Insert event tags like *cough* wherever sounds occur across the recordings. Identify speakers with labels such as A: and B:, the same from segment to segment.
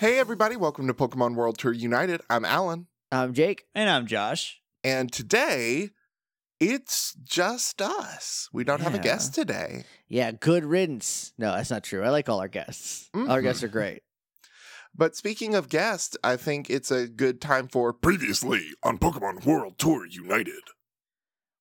A: Hey, everybody, welcome to Pokemon World Tour United. I'm Alan,
B: I'm Um, Jake.
C: And I'm Josh.
A: and today it's just us. We don't have a
B: Yeah.
A: guest today.
B: Yeah, good riddance. No, that's not true. I like all our guests. All our
A: Mhm.
B: guests are great.
A: But speaking of guests, I think it's a good time for previously on Pokemon World Tour United.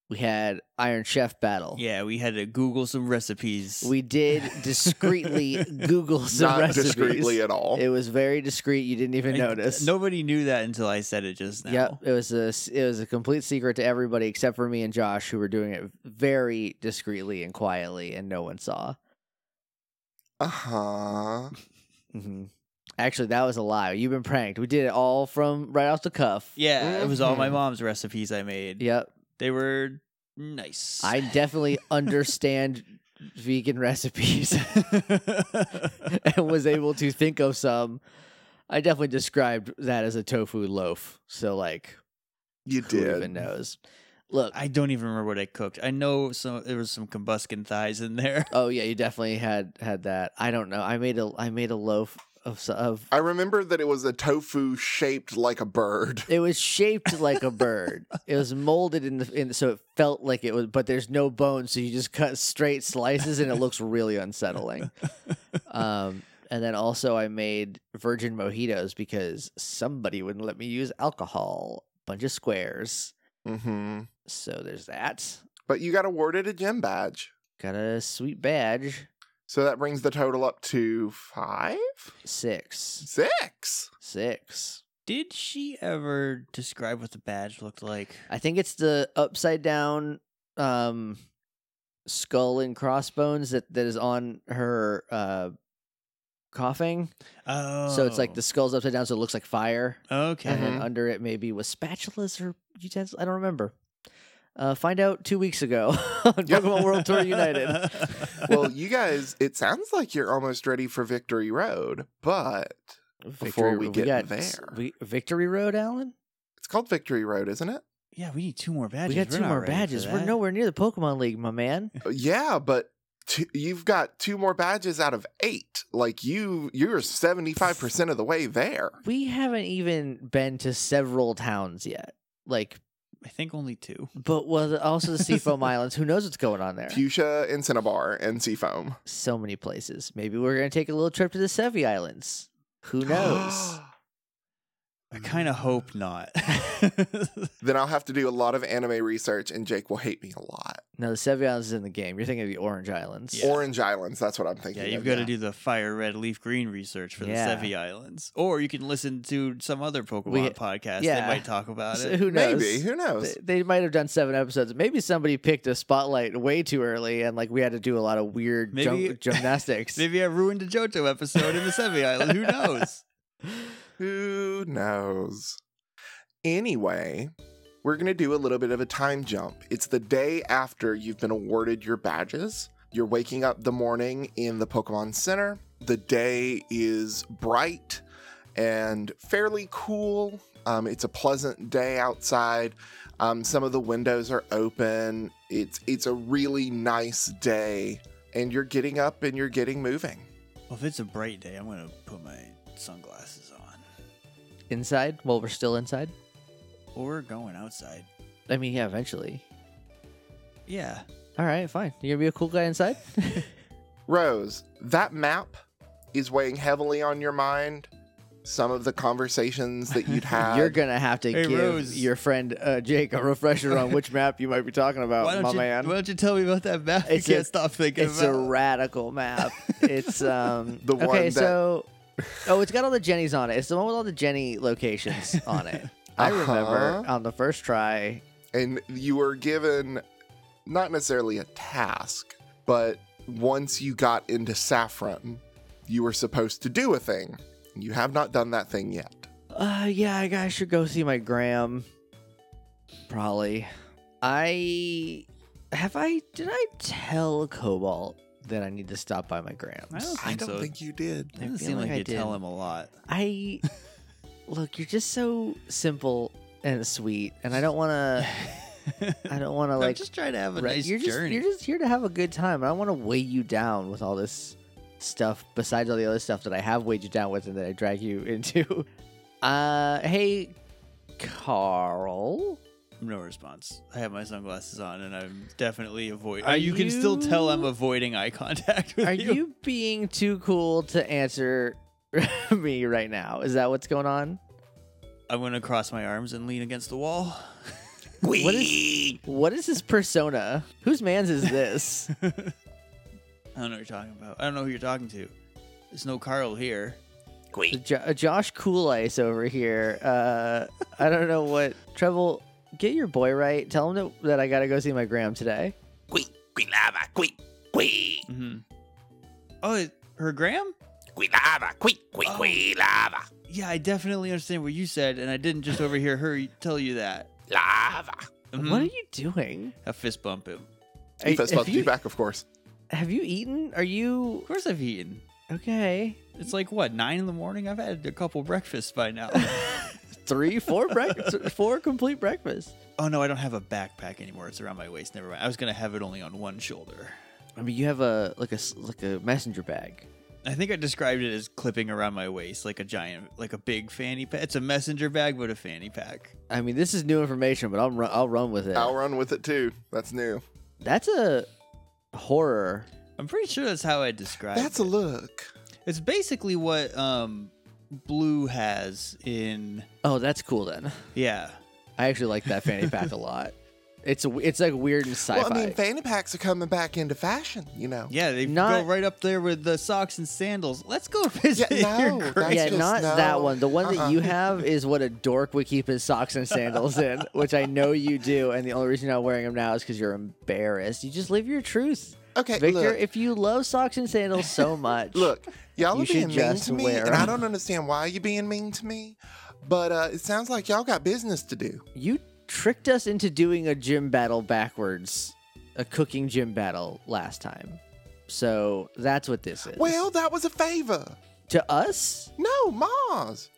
B: We had Iron Chef battle.
C: Yeah, we had to Google some recipes.
B: Oh.
A: *laughs*
B: We did discreetly Google some
A: Not
B: recipes.
A: discreetly at all. uh,
B: It was very discreet. You didn't even
C: I-
B: notice.
C: Nobody knew that until I said it just now.
B: Yep, it was a s- it was a complete secret to everybody except for me and Josh, who were doing it very discreetly and quietly, and no one saw.
A: Uh huh.
B: hmm Actually, that was a lie. You've been pranked. We did it all from right off the cuff.
C: Yeah, it was all my
A: Mhm.
C: mom's recipes I made.
B: Mm-hmm. Yep.
C: They were nice.
B: I
A: *laughs*
B: definitely understand vegan recipes *laughs* and was able to think of some. I definitely described that as a tofu loaf. So like,
A: You
B: who even
A: did.
B: knows? Look,
C: I don't even remember what I cooked. I know some there was some combuskin thighs in
B: *laughs*
C: there.
B: oh yeah, you definitely had had that. I don't know. I made a I made a loaf of s- of.
A: I remember that it was a tofu shaped like a bird.
B: It was shaped like a bird. It was molded in the in, so it felt like it was, but there's no bone, so you just cut straight slices, and it looks really unsettling. Um, and then also I made virgin mojitos because somebody wouldn't let me use alcohol. Bunch of squares.
A: Mm-hmm.
B: So there's that.
A: But you got awarded a gem badge.
B: Got a sweet badge.
A: So that brings the total up to five?
B: Six.
A: Six.
B: Six.
C: Did she ever describe what the badge looked like?
B: I think it's the upside down um skull and crossbones that, that is on her uh coughing.
C: Oh,
B: So it's like Mm-hmm. the skull's upside down so it looks like fire.
C: Okay,
B: and
A: Mm-hmm.
B: then under it maybe was spatulas or utensils. I don't remember. Uh, find out two weeks ago *laughs* on
A: Yeah.
B: Pokemon World Tour
C: *laughs*
B: United.
A: well, you guys, it sounds like you're almost ready for Victory Road, but *laughs* Before we get there.
B: we, Victory Road, Alan.
A: it's called Victory Road, isn't
B: *laughs*
A: it?
C: yeah, we need two more badges.
B: we got
C: We're
B: two
C: not
B: more
C: ready for
B: badges. We're
C: that.
B: nowhere near the Pokemon League, my
C: *laughs*
B: man.
A: Uh, yeah, but t- you've got two more badges out of eight. Like you, you're seventy five percent of the way there.
B: We haven't even been to several towns yet. Like,
C: I think only two.
B: but well, also
A: *laughs*
B: the Seafoam Islands. Who knows what's going on there?
A: Fuchsia and Cinnabar and Seafoam.
B: So many places. Maybe we're gonna take a little trip to the Sevi Islands.
A: *gasps*
B: Who knows?
C: I kind of hope
B: Mm.
C: not.
B: *laughs*
A: then I'll have to do a lot of anime research, and Jake will hate me a lot.
B: no, the Sevi Islands is in the game. You're thinking of the Orange Islands.
C: Yeah.
A: Orange Islands. That's what I'm thinking.
C: yeah, you've
A: of,
C: got to do the fire red leaf green research for
B: Yeah.
C: the Sevi Islands, or you can listen to some other Pokemon
B: We-
C: podcast
B: yeah.
C: that might talk
B: *laughs*
C: about
B: So
C: it.
B: who knows?
A: Maybe who knows?
B: They, they might have done seven episodes. Maybe somebody picked a spotlight way too early, and like we had to do a lot of weird jum-
C: *laughs* Maybe-
B: gymnastics.
C: Maybe I ruined a JoJo episode in the Sevi Island.
B: *laughs*
C: Who knows?
A: Who knows? Anyway, we're going to do a little bit of a time jump. It's the day after you've been awarded your badges. You're waking up the morning in the Pokemon Center. The day is bright and fairly cool. Um, it's a pleasant day outside. Um, some of the windows are open. It's it's a really nice day, and you're getting up and you're getting moving.
C: Well, if it's a bright day, I'm gonna put my sunglasses on.
B: inside, while we're still inside.
C: Or we're going outside.
B: I mean, yeah, eventually.
C: Yeah.
B: All right, fine. You're gonna be a cool guy inside. *laughs*
A: Rose, that map is weighing heavily on your mind. Some of the conversations that you'd had.
B: You're gonna have to
C: Hey,
B: give
C: Rose.
B: your friend uh, Jake a refresher on which map you might be talking about,
C: why don't
B: Oh, my
C: you?
B: man.
C: Why don't you tell me about that map?
B: It's
C: you
B: a-
C: can't stop thinking
B: It's a
C: about.
B: radical
C: *laughs*
B: map. It's um
A: The one
B: okay,
A: that-
B: so oh, it's got all the Jennies on it. It's the one with all the Jenny locations on
C: *laughs*
B: it. I remember
A: Uh-huh.
B: on the first try.
A: and you were given not necessarily a task, but once you got into Saffron, you were supposed to do a thing. You have not done that thing yet.
B: Uh, yeah, I guess I should go see my gram. Probably. I have I did I tell Cobalt that I need to stop by my grams?
C: I don't
A: I
C: think
A: don't
C: so.
A: think you did.
C: Doesn't
B: feel
C: seem
B: like
C: like,
B: I
C: you tell
B: did.
C: him a lot.
B: I look, you're just so simple and sweet, and I don't want to. *laughs* I don't want to
C: *laughs* I'm
B: like
C: just trying to have a
B: Right.
C: nice
B: you're just,
C: journey.
B: You're just here to have a good time. I don't want to weigh you down with all this stuff besides all the other stuff that I have weighed you down with and that I drag you *laughs* into. Uh, hey, Carl.
C: No response. I have my sunglasses on, and I'm definitely avoiding.
B: Are
C: you, can still tell I'm
B: you-
C: avoiding eye contact
B: *laughs*
C: with
B: Are
C: you.
B: you being too cool to answer *laughs* me right now? Is that what's going on?
C: I'm gonna cross my arms and lean against the wall.
B: What is what is his persona? Whose man's is this?
C: I don't know what you're talking about. I don't know who you're talking to. There's no Carl here.
B: jo- Josh Coolice over here. Uh, I don't know what Treble. Get your boy right. Tell him that, that I gotta go see my gram today.
D: Qui, qui lava, qui, qui,
C: Mm-hmm. Oh, it, her Graham?
D: qui lava, qui, qui,
A: Oh.
D: qui lava,
C: Yeah, I definitely understand what you said, and I didn't just overhear her tell you that.
D: lava.
C: Mhm.
B: What are you doing?
C: I fist bump him.
A: If
B: Are-
A: that's about
B: have,
A: to be
B: you,
A: back, of course.
B: have you eaten? Are you
C: Of course, I've eaten.
B: okay?
C: It's like what nine in the morning. I've had a couple breakfasts by now.
B: Three, four breakfast, *laughs* four complete breakfast.
C: oh no, I don't have a backpack anymore. It's around my waist. Never mind. I was gonna have it only on one shoulder.
B: I mean, you have a like a s- like a messenger bag.
C: I think I described it as clipping around my waist, like a giant, like a big fanny pack. It's a messenger bag, but a fanny pack.
B: I mean, this is new information, but I'll run. I'll run with it.
A: I'll run with it too. That's new.
B: That's a horror.
C: I'm pretty sure that's how I described.
A: That's a
C: it.
A: look.
C: It's basically what um, Blue has in.
B: Oh, that's cool then.
C: Yeah,
B: I actually like that fanny pack a lot. It's a, it's like weird and sci-fi.
A: Well, I mean, fanny packs are coming back into fashion, you know.
C: yeah, they
B: Not-
C: go right up there with the socks and sandals. Let's go *laughs* visit
A: Yeah,
C: your
A: no,
C: gra-
A: that's-
B: yeah,
A: just-
B: not
A: no.
B: that one. The one
A: Uh-uh.
B: that you have is what a dork would keep his socks and
A: *laughs*
B: sandals in, which I know you do. And the only reason you're not wearing them now is because you're embarrassed. You just live your truth,
A: Okay,
B: Victor.
A: look.
B: If you love socks and
A: *laughs*
B: sandals so much,
A: Look, y'all
B: You
A: are being
B: should
A: mean
B: just
A: to me,
B: wear
A: and I
B: 'em.
A: don't understand why you're being mean to me. But uh, it sounds like y'all got business to do.
B: you tricked us into doing a gym battle backwards, a cooking gym battle last time. So that's what this is.
A: Well, that was a favor.
B: to us,
A: No, Mars.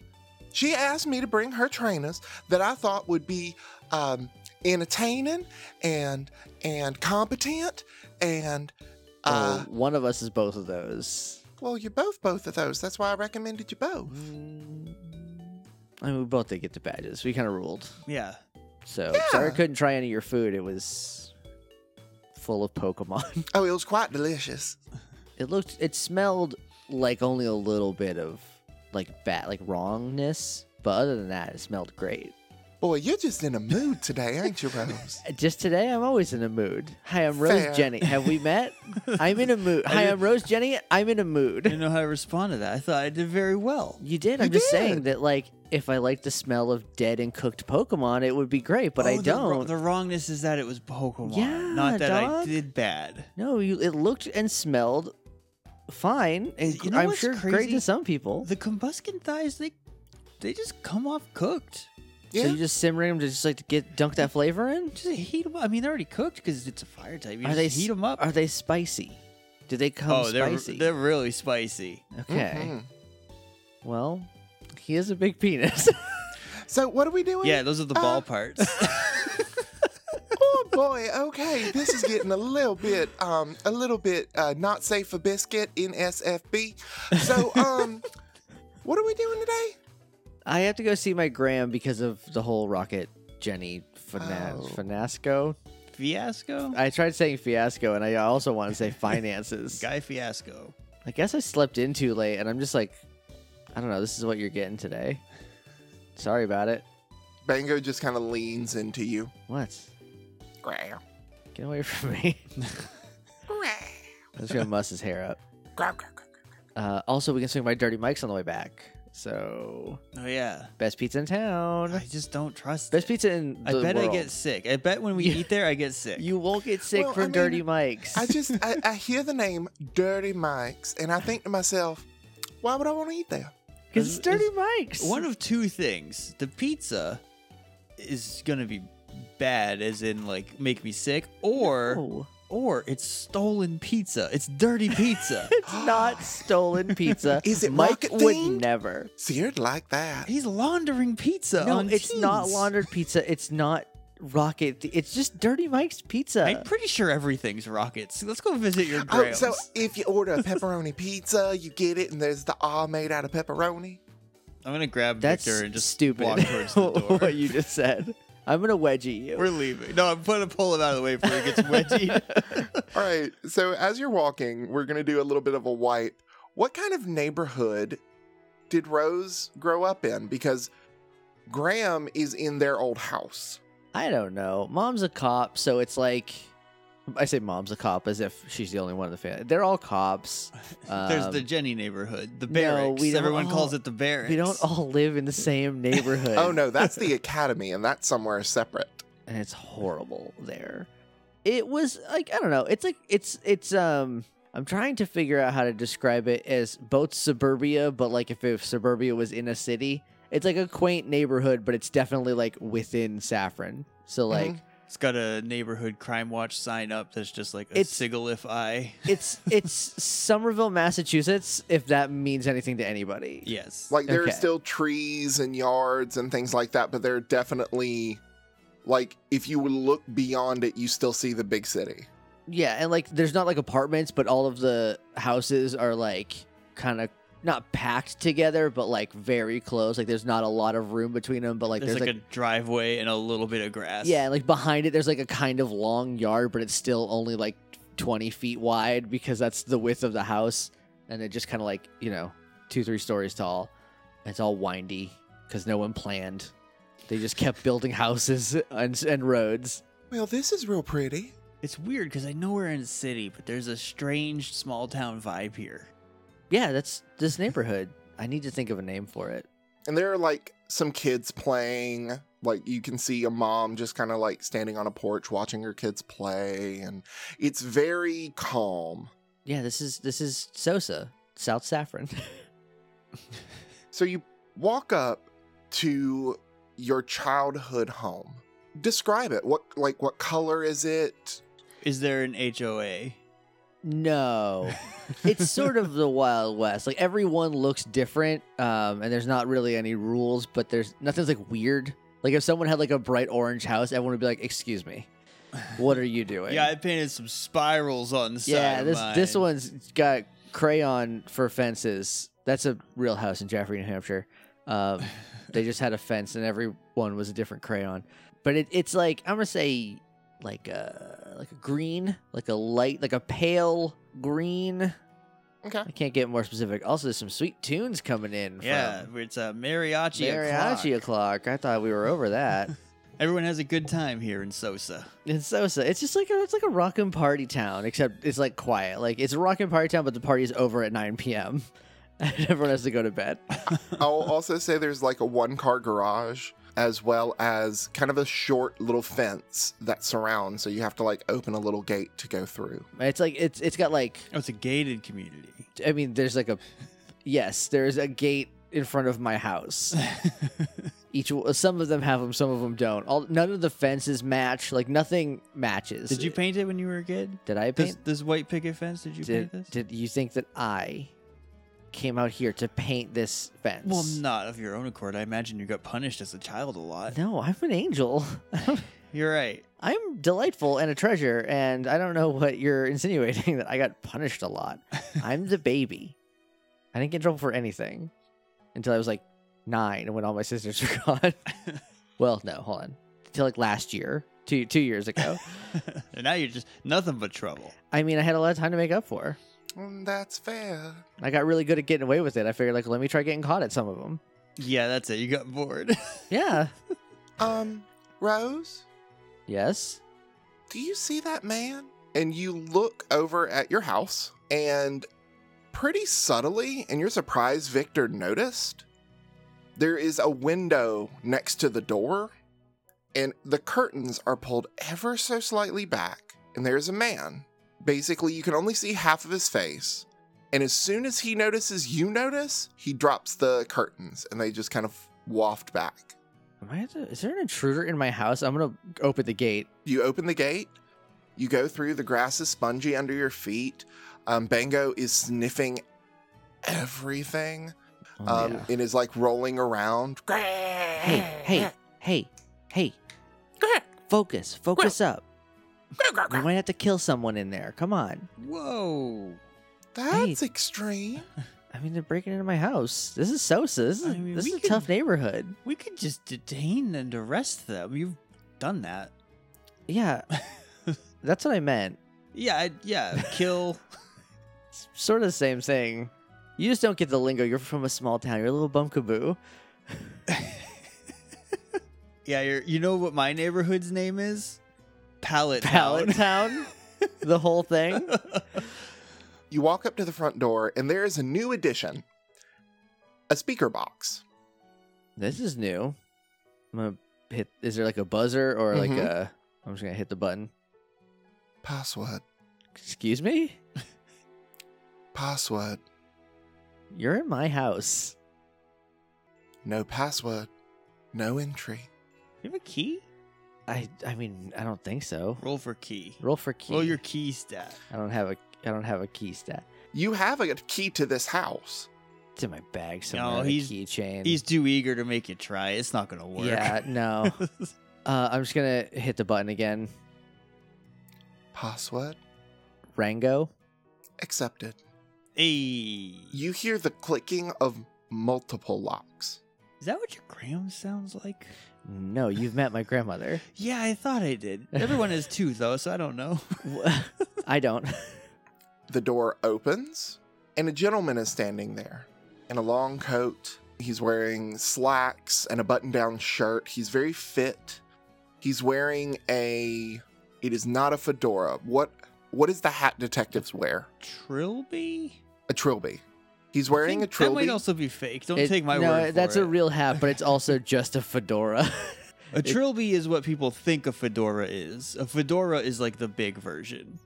A: She asked me to bring her trainers that I thought would be um, entertaining and and competent and
B: oh,
A: uh,
B: one of us is both of those.
A: well, you're both both of those. That's why I recommended you both.
B: Mm, I mean, we both did get the badges. We kind of ruled.
C: yeah.
B: So
A: Yeah.
B: sorry I couldn't try any of your food. It was full of Pokemon. *laughs*
A: Oh, it was quite delicious.
B: it looked it smelled like only a little bit of like bat like wrongness. But other than that, it smelled great.
A: Boy, you're just in a mood today, ain't you,
C: *laughs*
A: Rose?
B: Just today, I'm always in a mood. Hi, I'm Rose
A: Fair.
B: Jenny. Have we met? I'm in a
C: *laughs*
B: mood. Hi, I'm Rose Jenny. I'm in a
C: I
B: mood.
C: didn't know how to respond to that. I thought I did very well.
B: You did.
A: You
B: I'm just saying
A: did.
B: that, like, if I like the smell of dead and cooked Pokemon, it would be great. But I
C: Oh, the wro-
B: don't.
C: The, wrongness is that it was Pokemon,
B: Yeah,
C: not that I
B: dog.
C: did bad.
B: No, you. It looked and smelled fine. and
C: You know
B: I'm
C: what's
B: sure great
C: crazy?
B: to some people.
C: The combuskin thighs, they they just come off cooked.
A: Yeah.
B: So you just simmering them to just like to get dunk that flavor in.
C: Just heat them up. I mean, they're already cooked because it's a fire type. You
B: are
C: just
B: they
C: heat them up?
B: Are they spicy? Do they come
C: oh, they're
B: spicy?
C: they're Mm-hmm. really spicy.
B: okay.
A: Mhm.
B: Well, he has a big penis. *laughs*
A: So what are we doing?
C: Yeah, those are the
A: Uh,
C: ball parts. *laughs*
A: oh boy okay this is getting a little bit um a little bit uh not safe for biscuit in sfb so
C: *laughs*
A: um what are we doing today
B: I have to go see my Graham because of the whole Rocket Jenny fina-
A: Oh.
B: finasco.
C: Fiasco,
B: I tried saying fiasco, and I also want to say finances.
C: guy fiasco.
B: I guess I slept in too late, and I'm just like, I don't know. This is what you're getting today. Sorry about it.
A: bango just kind of leans into you
B: What?
D: Growl,
B: Get away from me.
D: growl,
B: I'm just gonna muss his hair up.
D: growl, growl, growl.
B: Uh, also, we can swing by Dirty Mike's on the way back. So,
C: Oh yeah,
B: best pizza in town.
C: I just don't trust.
B: Best
C: it.
B: pizza in the
C: I bet
B: world.
C: I get sick. I bet when we
B: Yeah.
C: eat there, I get sick.
B: You won't get sick
A: Well,
B: from
A: I mean,
B: Dirty Mike's.
A: i just I, I hear the name dirty mikes and i think to myself why would i want to eat there
B: Because it's Dirty Mike's.
C: One of two things: the pizza is gonna be bad, as in like make me sick, or
B: No.
C: or it's stolen pizza. It's dirty *laughs* pizza.
B: it's not *gasps* stolen pizza.
A: Is it
B: Mike
A: rocket
B: would
A: themed?
B: never.
A: so you'd like that
C: He's laundering pizza.
B: No,
C: on
B: it's not
C: teens.
B: laundered pizza. It's not rocket. It's just Dirty Mike's Pizza.
C: I'm pretty sure everything's rockets. Let's go visit your
A: Oh,
C: grails.
A: so if you order a pepperoni pizza, you get it, and there's the R made out of pepperoni.
C: I'm gonna grab
B: That's
C: Victor and just
B: stupid. *laughs*
C: walk towards the door.
B: what you just said. I'm gonna wedgie you.
C: We're leaving. No, I'm gonna pull him out of the way before he gets
B: *laughs*
C: wedgied.
A: All right. So as you're walking, we're going to do a little bit of a wipe. What kind of neighborhood did Rose grow up in? Because Graham is in their old house.
B: I don't know. Mom's a cop, so it's like I say mom's a cop as if she's the only one in the family. They're all cops.
C: *laughs* There's
B: Um,
C: the Jenny neighborhood, the
B: no,
C: barracks.
B: we don't
C: Everyone
B: all-
C: calls it the barracks.
B: Um, We don't all live in the same *laughs* neighborhood.
A: Oh, no, that's the academy, and that's somewhere separate.
B: and it's horrible there. It was like I don't know. It's like it's it's um I'm trying to figure out how to describe it as both suburbia, but like if, if suburbia was in a city, it's like a quaint neighborhood, but it's definitely like within Saffron. So like
A: Mhm.
C: It's got a neighborhood crime watch sign up that's just like a
B: It's-
C: sigilif eye.
B: it's it's Somerville, Massachusetts, if that means anything to anybody.
C: Yes.
A: Like there
B: Okay.
A: are still trees and yards and things like that, but they're definitely like if you look beyond it, you still see the big city.
B: Yeah, and like there's not like apartments, but all of the houses are like kind of not packed together, but like very close. Like there's not a lot of room between them, but like
C: there's,
B: there's,
C: like, a driveway and a little bit of grass.
B: yeah, like behind it there's like a kind of long yard, but it's still only like 20 feet wide because that's the width of the house, and it just kind of like you know two three stories tall. It's all windy because no one planned. They just kept building houses and and roads.
A: Well, this is real pretty.
C: It's weird because I know we're in a city, but there's a strange small town vibe here.
B: Yeah, that's this neighborhood. I need to think of a name for it.
A: And there are like some kids playing. Like you can see a mom just kind of like standing on a porch watching her kids play. And it's very calm.
B: Yeah, this is this is Sosa, South Saffron. *laughs*
A: So you walk up to your childhood home. Describe it. What, like, what color is it?
C: Is there an HOA?
B: no. It's
C: *laughs*
B: sort of the Wild West. Like everyone looks different, um, and there's not really any rules, but there's nothing's like weird. Like if someone had like a bright orange house, everyone would be like, "Excuse me, what are you doing?"
C: Yeah, I painted some spirals on the side.
B: yeah.
C: of
B: This this
C: mine.
B: one's got crayon for fences. That's a real house in Jaffrey, New Hampshire. Um,
C: *laughs*
B: they just had a fence and every one was a different crayon but it, it's like i'm gonna say like a like a green like a light like a pale green
A: Okay.
B: i can't get more specific also there's some sweet tunes coming in
C: Yeah,
B: from
C: it's a mariachi.
B: mariachi
C: o'clock.
B: o'clock i thought we were over *laughs* that
C: Everyone has a good time here in Sosa.
B: it's so sad. it's just like a, it's like a rockin' party town except it's like quiet like it's a rockin' party town but the party's over at 9 p.m *laughs* and everyone has to go to *laughs* bed
A: I'll also say there's like a one car garage as well as kind of a short little fence that surrounds. So you have to like open a little gate to go through.
B: it's like it's it's got like
C: Oh, it's a gated community.
B: I mean, there's like a yes, there's a gate in front of my
C: *laughs*
B: house. Each some of them have them, some of them don't. All none of the fences match. Like nothing matches.
C: Did you paint it when you were a kid?
B: Did I
C: This,
B: paint?
C: this white picket fence? Did you
B: Did,
C: paint this?
B: did you think that I came out here to paint this fence?
C: well, not of your own accord. I imagine you got punished as a child a lot.
B: No, I'm an angel. *laughs*
C: You're right. *laughs*
B: I'm delightful and a treasure, and I don't know what you're *laughs* insinuating that I got punished a lot. I'm the baby. I didn't get in trouble for anything until I was like nine when all my sisters *laughs* were gone. well, no, hold on. Until like last year, two two years
C: *laughs*
B: ago.
C: and now you're just nothing but trouble.
B: I mean, I had a lot of time to make up for.
A: Mm, That's fair.
B: I got really good at getting away with it. I figured like, let me try getting caught at some of them.
C: Yeah, that's it. You got bored. *laughs*
B: Yeah.
A: Um, Rose,
B: yes.
A: do you see that man? And you look over at your house, and pretty subtly, and you're surprised Victor noticed, there is a window next to the door, and the curtains are pulled ever so slightly back, and there's a man. Basically, you can only see half of his face. And as soon as he notices you notice, he drops the curtains and they just kind of waft back.
B: Am I? The, is there an intruder in my house? I'm gonna open the gate.
A: You open the gate, you go through, the grass is spongy under your feet. Um, Bango is sniffing everything
B: Oh,
A: um,
B: yeah.
A: and is like rolling around.
B: Hey, hey, hey, hey. Focus, focus up.
D: Grr, grr,
B: We
D: grr.
B: might have to kill someone in there. Come on.
C: Whoa.
A: That's extreme.
B: I mean, they're breaking into my house. This is Sosa. This is,
C: I mean,
B: this
C: we
B: is a tough
C: could-
B: neighborhood.
C: We could just detain and arrest them. You've done that.
B: Yeah,
C: *laughs*
B: that's what I meant.
C: yeah, I- yeah. Kill.
B: It's sort of the same thing. You just don't get the lingo. You're from a small town. You're a little bumkaboo.
C: yeah, you're, you know what my neighborhood's name is? Pallet.
B: Pallet
C: Town. *laughs*
B: town. the whole thing.
A: You walk up to the front door, and there is a new addition a speaker box.
B: This is new. I'm gonna hit. Is there like a buzzer or like
C: Mm-hmm.
A: Mhm.
B: a? I'm just gonna hit the button.
A: Password.
B: Excuse me.
A: Password.
B: You're in my house.
A: No password. No entry.
C: You have a key?
B: I. I mean, I don't think so.
C: Roll for key.
B: Roll for key.
C: Roll your key stat.
B: I don't have a. I don't have a key stat.
A: You have a key to this house.
B: It's in my bag somewhere.
C: No,
B: on a
C: he's-
B: keychain.
C: He's too eager to make you try. It's not gonna work.
B: Yeah.
C: *laughs*
B: No. uh, I'm just gonna hit the button again.
A: Password
B: Rango.
A: accepted.
C: hey.
A: You hear the clicking of multiple locks.
C: Is that what your gram sounds like?
B: No, you've met my grandmother.
C: Yeah, I thought I did. Everyone has two though, so I don't know.
B: Wh- *laughs* I don't.
A: The door opens, and a gentleman is standing there in a long coat. He's wearing slacks and a button down shirt. He's very fit. He's wearing a. It is not a fedora. What what is the hat detectives wear?
C: Trilby?
A: A trilby. He's wearing a
C: Think That
A: trilby.
C: might also be fake. Don't
B: It-
C: take my
B: no,
C: word for
B: that's
C: it.
B: a real hat, but it's
C: *laughs*
B: also just a fedora. *laughs*
C: A trilby is what people think a fedora is. A fedora is like the big version.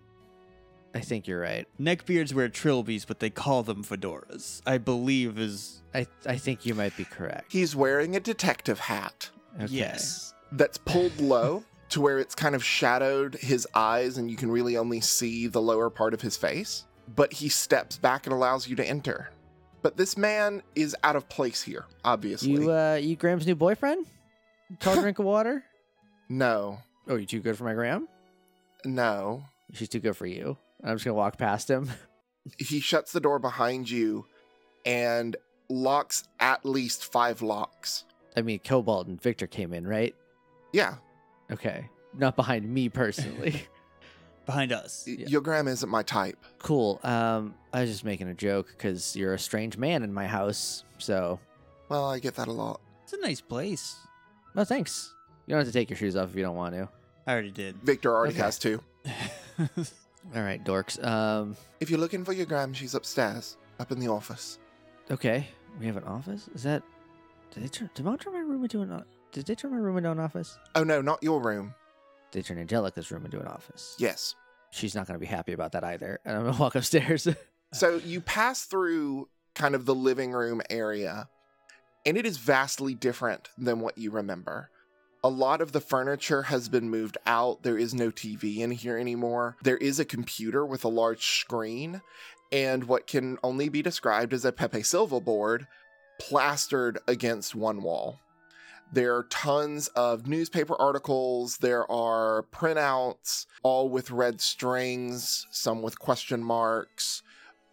B: I think you're right.
C: Neckbeards wear trilbies, but they call them fedoras. I believe is
B: I I think you might be correct.
A: He's wearing a detective hat
B: Okay.
C: yes.
A: that's pulled low to where it's kind of shadowed his eyes and you can really only see the lower part of his face. But he steps back and allows you to enter. But this man is out of place here, obviously.
B: You uh you Graham's new boyfriend? Tall
C: *laughs*
B: drink of water?
A: no,
B: Oh, you too good for my Graham?
A: no.
B: She's too good for you. I'm just gonna walk past him. *laughs*
A: He shuts the door behind you and locks at least five locks.
B: I mean, Cobalt and Victor came in, right?
A: Yeah,
B: Okay, not behind me personally.
C: Behind us.
A: y- your gram isn't my type.
B: cool. Um, I was just making a joke because you're a strange man in my house. So,
A: Well, I get that a lot.
C: It's a nice place.
B: no thanks. You don't have to take your shoes off if you don't want to.
C: I already did.
A: Victor already
B: Okay.
A: has two.
C: *laughs*
B: All right, dorks. Um,
A: If you're looking for your gram, she's upstairs, up in the office.
B: okay. We have an office. Is that? Did they turn? Did Mom turn my room into an? o- Did they turn my room into an office?
A: Oh no, not your room.
B: They turned Angelica's room into an office.
A: Yes.
B: She's not gonna be happy about that either. And I'm gonna walk upstairs. *laughs*
A: So you pass through kind of the living room area, and it is vastly different than what you remember. A lot of the furniture has been moved out. There is no TV in here anymore. There is a computer with a large screen and what can only be described as a Pepe Silva board plastered against one wall. There are tons of newspaper articles. There are printouts, all with red strings, some with question marks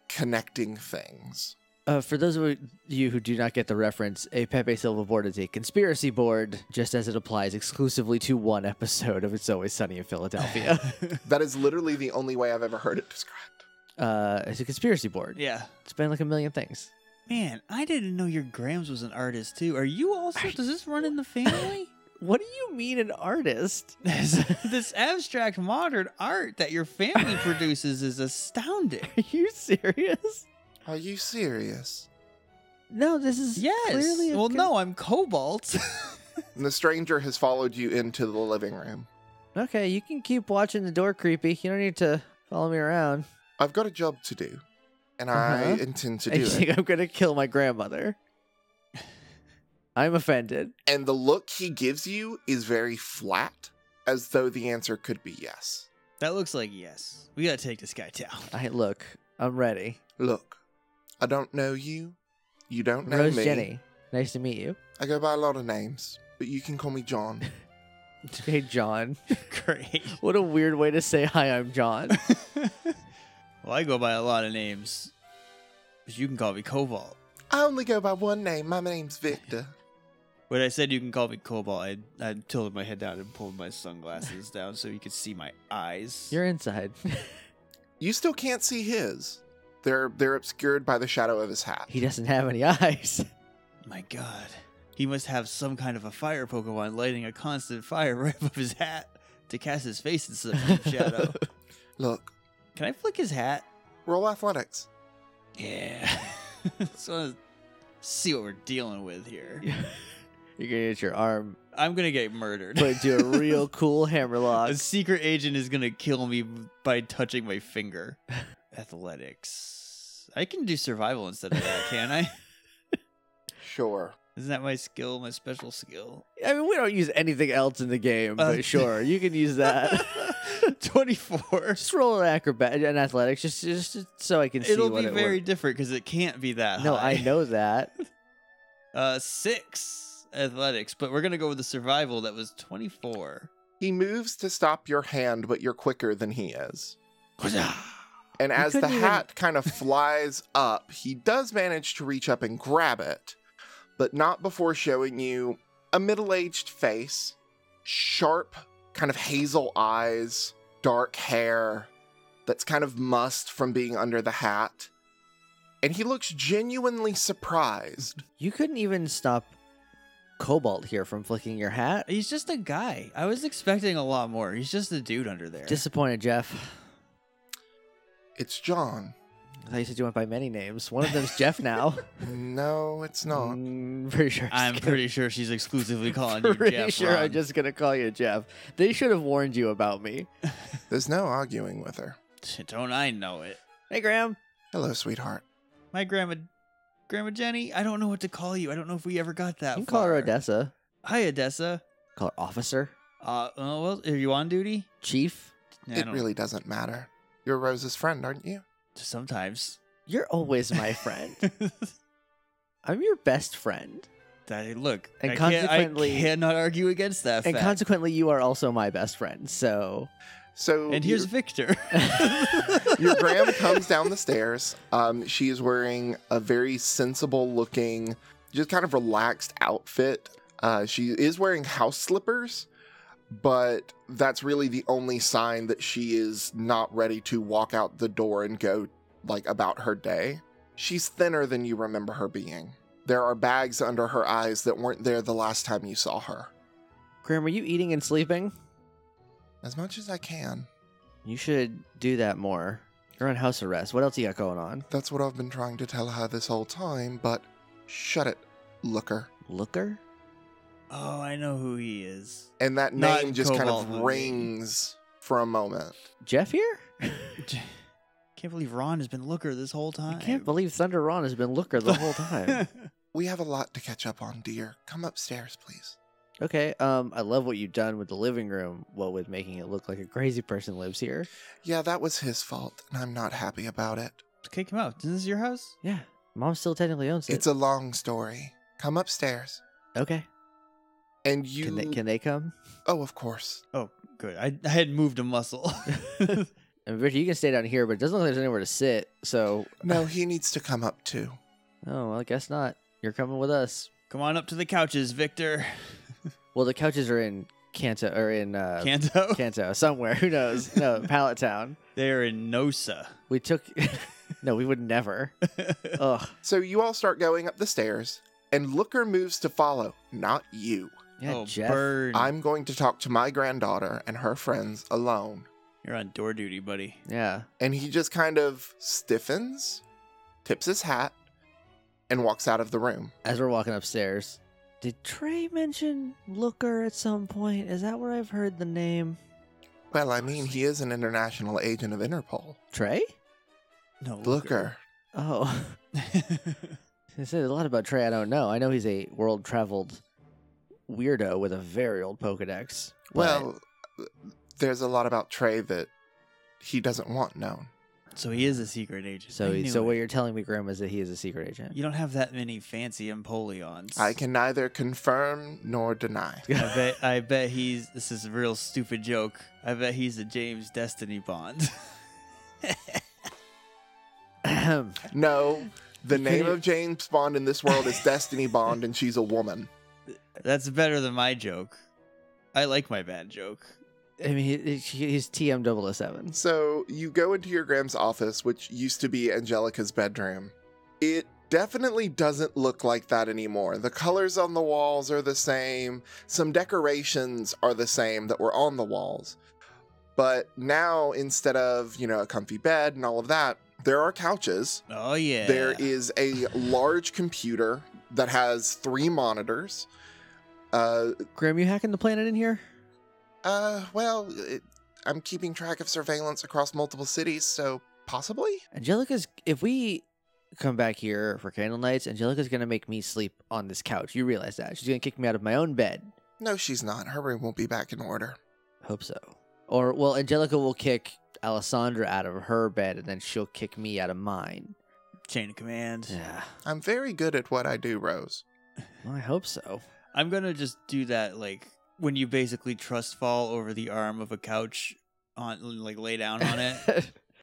A: connecting things.
B: Uh, for those of you who do not get the reference, a Pepe Silva board is a conspiracy board, just as it applies exclusively to one episode of It's Always Sunny in Philadelphia.
A: That is literally the only way I've ever heard it described.
B: uh, it's a conspiracy board.
C: *laughs* yeah.
B: It's been like a million things.
C: Man, I didn't know your Grams was an artist too. Are you also? Does this run in
B: *laughs*
C: the family?
B: What do you mean an artist? *laughs*
C: this, this abstract modern art that
B: *laughs*
C: your family produces is astounding.
B: Are you serious?
A: Are you serious?
B: No, this is
C: Yes.
B: clearly. a
C: well,
B: con-
C: no, I'm Cobalt. *laughs*
A: And the stranger has followed you into the living room.
B: Okay, you can keep watching the door creepy. You don't need to follow me around.
A: I've got a job to do, and
B: Uh-huh.
A: I intend *laughs*
B: *laughs*
A: to
B: I
A: do it.
B: think I'm gonna kill my grandmother. I'm offended.
A: And the look he gives you is very flat, as though the answer could be yes.
C: that looks like yes. We gotta take this guy down. *laughs*
B: I look. I'm ready.
A: Look, I don't know you. You don't know
B: Rose
A: me. *laughs*
B: Jenny, nice to meet you.
A: I go by a lot of names, but you can call me John.
B: Hey, John.
C: Great.
B: What a weird way to say, hi, I'm John.
C: *laughs* Well, I go by a lot of names. But you can call me Cobalt.
A: I only go by one name. My name's Victor.
C: When I said you can call me Cobalt, I, I tilted my head down and pulled my sunglasses down so you could see my eyes.
B: You're inside. *laughs*
A: You still can't see his. They're they're obscured by the shadow of his hat.
B: he doesn't have any eyes.
C: my god. He must have some kind of a fire Pokemon lighting a constant fire *laughs* right above his hat to cast his face in some deep
B: *laughs*
C: shadow.
A: Look,
C: Can I flick his hat?
A: roll athletics.
C: Yeah. *laughs* Just want to see what we're dealing with here.
B: You're gonna get your arm
C: I'm gonna get murdered.
B: put into
C: *laughs*
B: a real cool hammerlock.
C: a secret agent is gonna kill me by touching
B: *laughs*
C: my finger. Athletics. I can do survival instead of that,
B: *laughs*
C: can I?
A: Sure.
C: Isn't that my skill, my special skill?
B: I mean, we don't use anything else in the game,
C: Uh,
B: but sure, you can use
C: *laughs*
B: that.
C: 24.
B: just roll an acrobat and athletics, just, just just so I can see
C: It'll
B: what
C: be
B: it
C: very
B: works.
C: different because it can't be that *laughs*
B: No,
C: high.
B: I know that.
C: *laughs* Uh, six athletics, but we're gonna go with the survival that was 24.
A: He moves to stop your hand, but you're quicker than he is.
C: Huzzah!
A: And
B: You
A: as the
B: couldn't even-
A: hat kind of flies up, he does manage to reach up and grab it, but not before showing you a middle aged face, sharp, kind of hazel eyes, dark hair that's kind of mussed from being under the hat. And he looks genuinely surprised.
B: You couldn't even stop Cobalt here from flicking your hat.
C: He's just a guy. I was expecting a lot more. He's just a dude under there.
B: Disappointed, Jeff.
A: It's John.
B: I thought you said you went by many names. One of them's Jeff
C: *laughs*
B: now.
A: No, it's not.
B: *laughs* Mm, pretty sure. I *laughs*
C: I'm
B: just
C: pretty sure she's exclusively
B: *laughs*
C: calling
B: gonna-
C: you
B: pretty
C: Jeff.
B: sure I'm
C: Ron.
B: just gonna call you Jeff. They should have warned you about me.
A: There's no arguing with her.
C: don't I know it.
B: Hey, Graham.
A: Hello, sweetheart.
C: My grandma, Grandma Jenny. I don't know what to call you. I don't know if we ever got that.
B: You can call her
C: far.
B: Odessa.
C: Hi, Odessa.
B: Call her Officer,
C: Uh, oh, well, are you on duty?
B: Chief.
C: Nah, I
A: It
C: don't-
A: really doesn't matter. You're Rose's friend, aren't you?
B: *laughs*
C: Sometimes. *laughs*
B: You're always my friend. *laughs* I'm your best friend,
C: That- look,
B: And
C: I can't-
B: consequently-
C: I cannot argue against that.
B: and
C: fact.
B: consequently, you are also my best friend. So
A: So
C: and here's
A: you-
B: *laughs*
C: Victor.
A: your gram comes down the stairs. Um, she is wearing a very sensible looking, just kind of relaxed outfit. Uh, she is wearing house slippers, but that's really the only sign that she is not ready to walk out the door and go like about her day. She's thinner than you remember her being. There are bags under her eyes that weren't there the last time you saw her.
B: Graham, are you eating and sleeping?
A: As much as I can.
B: You should do that more. You're on house arrest. What else you got going on?
A: That's what I've been trying to tell her this whole time, but shut it, looker.
B: Looker?
C: *laughs* oh, I know who he is. *sighs*
A: and that
C: Not
A: name just kind
C: Cobalt
A: of
C: Moon.
A: rings for a moment.
B: Jeff here?
C: Can't believe Ron has been looker this whole
B: I
A: Uh,
C: time.
B: can't believe Thunder Ron has been Looker the
A: *laughs*
B: whole
C: *laughs*
B: time.
A: We have a lot to catch up on, dear. Come upstairs, please.
B: okay, um, I love what you've done with the living room, well, with making it look like a crazy person lives here.
A: Yeah, that was his fault, and I'm not happy about it.
C: Kick him out. Isn't this your house?
B: Yeah, mom still technically owns it.
A: It's a long story. Come upstairs.
B: okay.
A: And you.
B: Can they, can they come?
A: Oh, of course.
C: Oh, good. I, I had moved
B: *laughs*
C: a muscle. *laughs*
B: And Victor, you can stay down here, but it doesn't look like there's anywhere to sit. So,
A: No, he needs to come up too.
B: oh, well, I guess not. You're coming with us.
C: Come on up to the couches, Victor.
B: Well, the couches are in Kanto or in uh,
C: *laughs* Kanto.
B: Kanto somewhere. Who knows?
C: *laughs*
B: No, Pallet Town.
C: They're in Nosa.
B: We took. *laughs* no, we would
C: *laughs*
B: never. Ugh.
A: So you all start going up the stairs, and Looker moves to follow, not you.
B: Yeah,
C: oh,
B: Jeff.
C: burn.
A: I'm going to talk to my granddaughter and her friends alone.
C: You're on door duty, buddy.
B: Yeah.
A: And he just kind of stiffens, tips his hat, and walks out of the room.
B: As we're walking upstairs, did Trey mention Looker at some point? Is that where I've heard the name?
A: Well, I mean, he is an international agent of Interpol.
B: Trey?
C: No,
A: Looker.
B: Oh, *laughs*
C: Looker.
B: it said a lot about Trey. I don't know. I know he's a world traveled weirdo with a very old Pokedex. but-
A: Well, there's a lot about Trey that he doesn't want known.
C: *laughs* So he is a secret agent. I
B: So,
C: knew
B: so
C: it.
B: what you're telling me, Grim, is that he is a secret agent. *clears throat*
C: you don't have that many fancy Empoleons.
A: I can neither confirm nor deny.
C: *laughs* I bet. I bet he's. This is a real stupid joke. I bet he's a James Destiny Bond. *laughs*
B: Ahem.
A: No, the
B: You
A: name
B: can't-
A: of James Bond in this world is Destiny Bond, and she's a woman.
C: That's better than my joke. I like my bad joke.
B: I mean, he, he- he's TM007.
A: So you go into your Graham's office, which used to be Angelica's bedroom. It definitely doesn't look like that anymore. The colors on the walls are the same, some decorations are the same that were on the walls. But now, instead of, you know, a comfy bed and all of that, there are couches.
C: Oh yeah.
A: There is a large computer that has three monitors. Uh,
B: Grim, you hacking the planet in here?
A: uh, well, it, I'm keeping track of surveillance across multiple cities, so possibly?
B: Angelica's. If we come back here for candle nights, Angelica's gonna make me sleep on this couch. You realize that she's gonna kick me out of my own bed.
A: No, she's not. Her room won't be back in order.
B: Hope so. Or well, Angelica will kick Alessandra out of her bed, and then she'll kick me out of mine.
C: chain of command.
B: Yeah,
A: I'm very good at what I do, Rose.
B: well, I hope so.
C: I'm gonna just do that like when you basically trust fall over the arm of a couch on like lay down on it.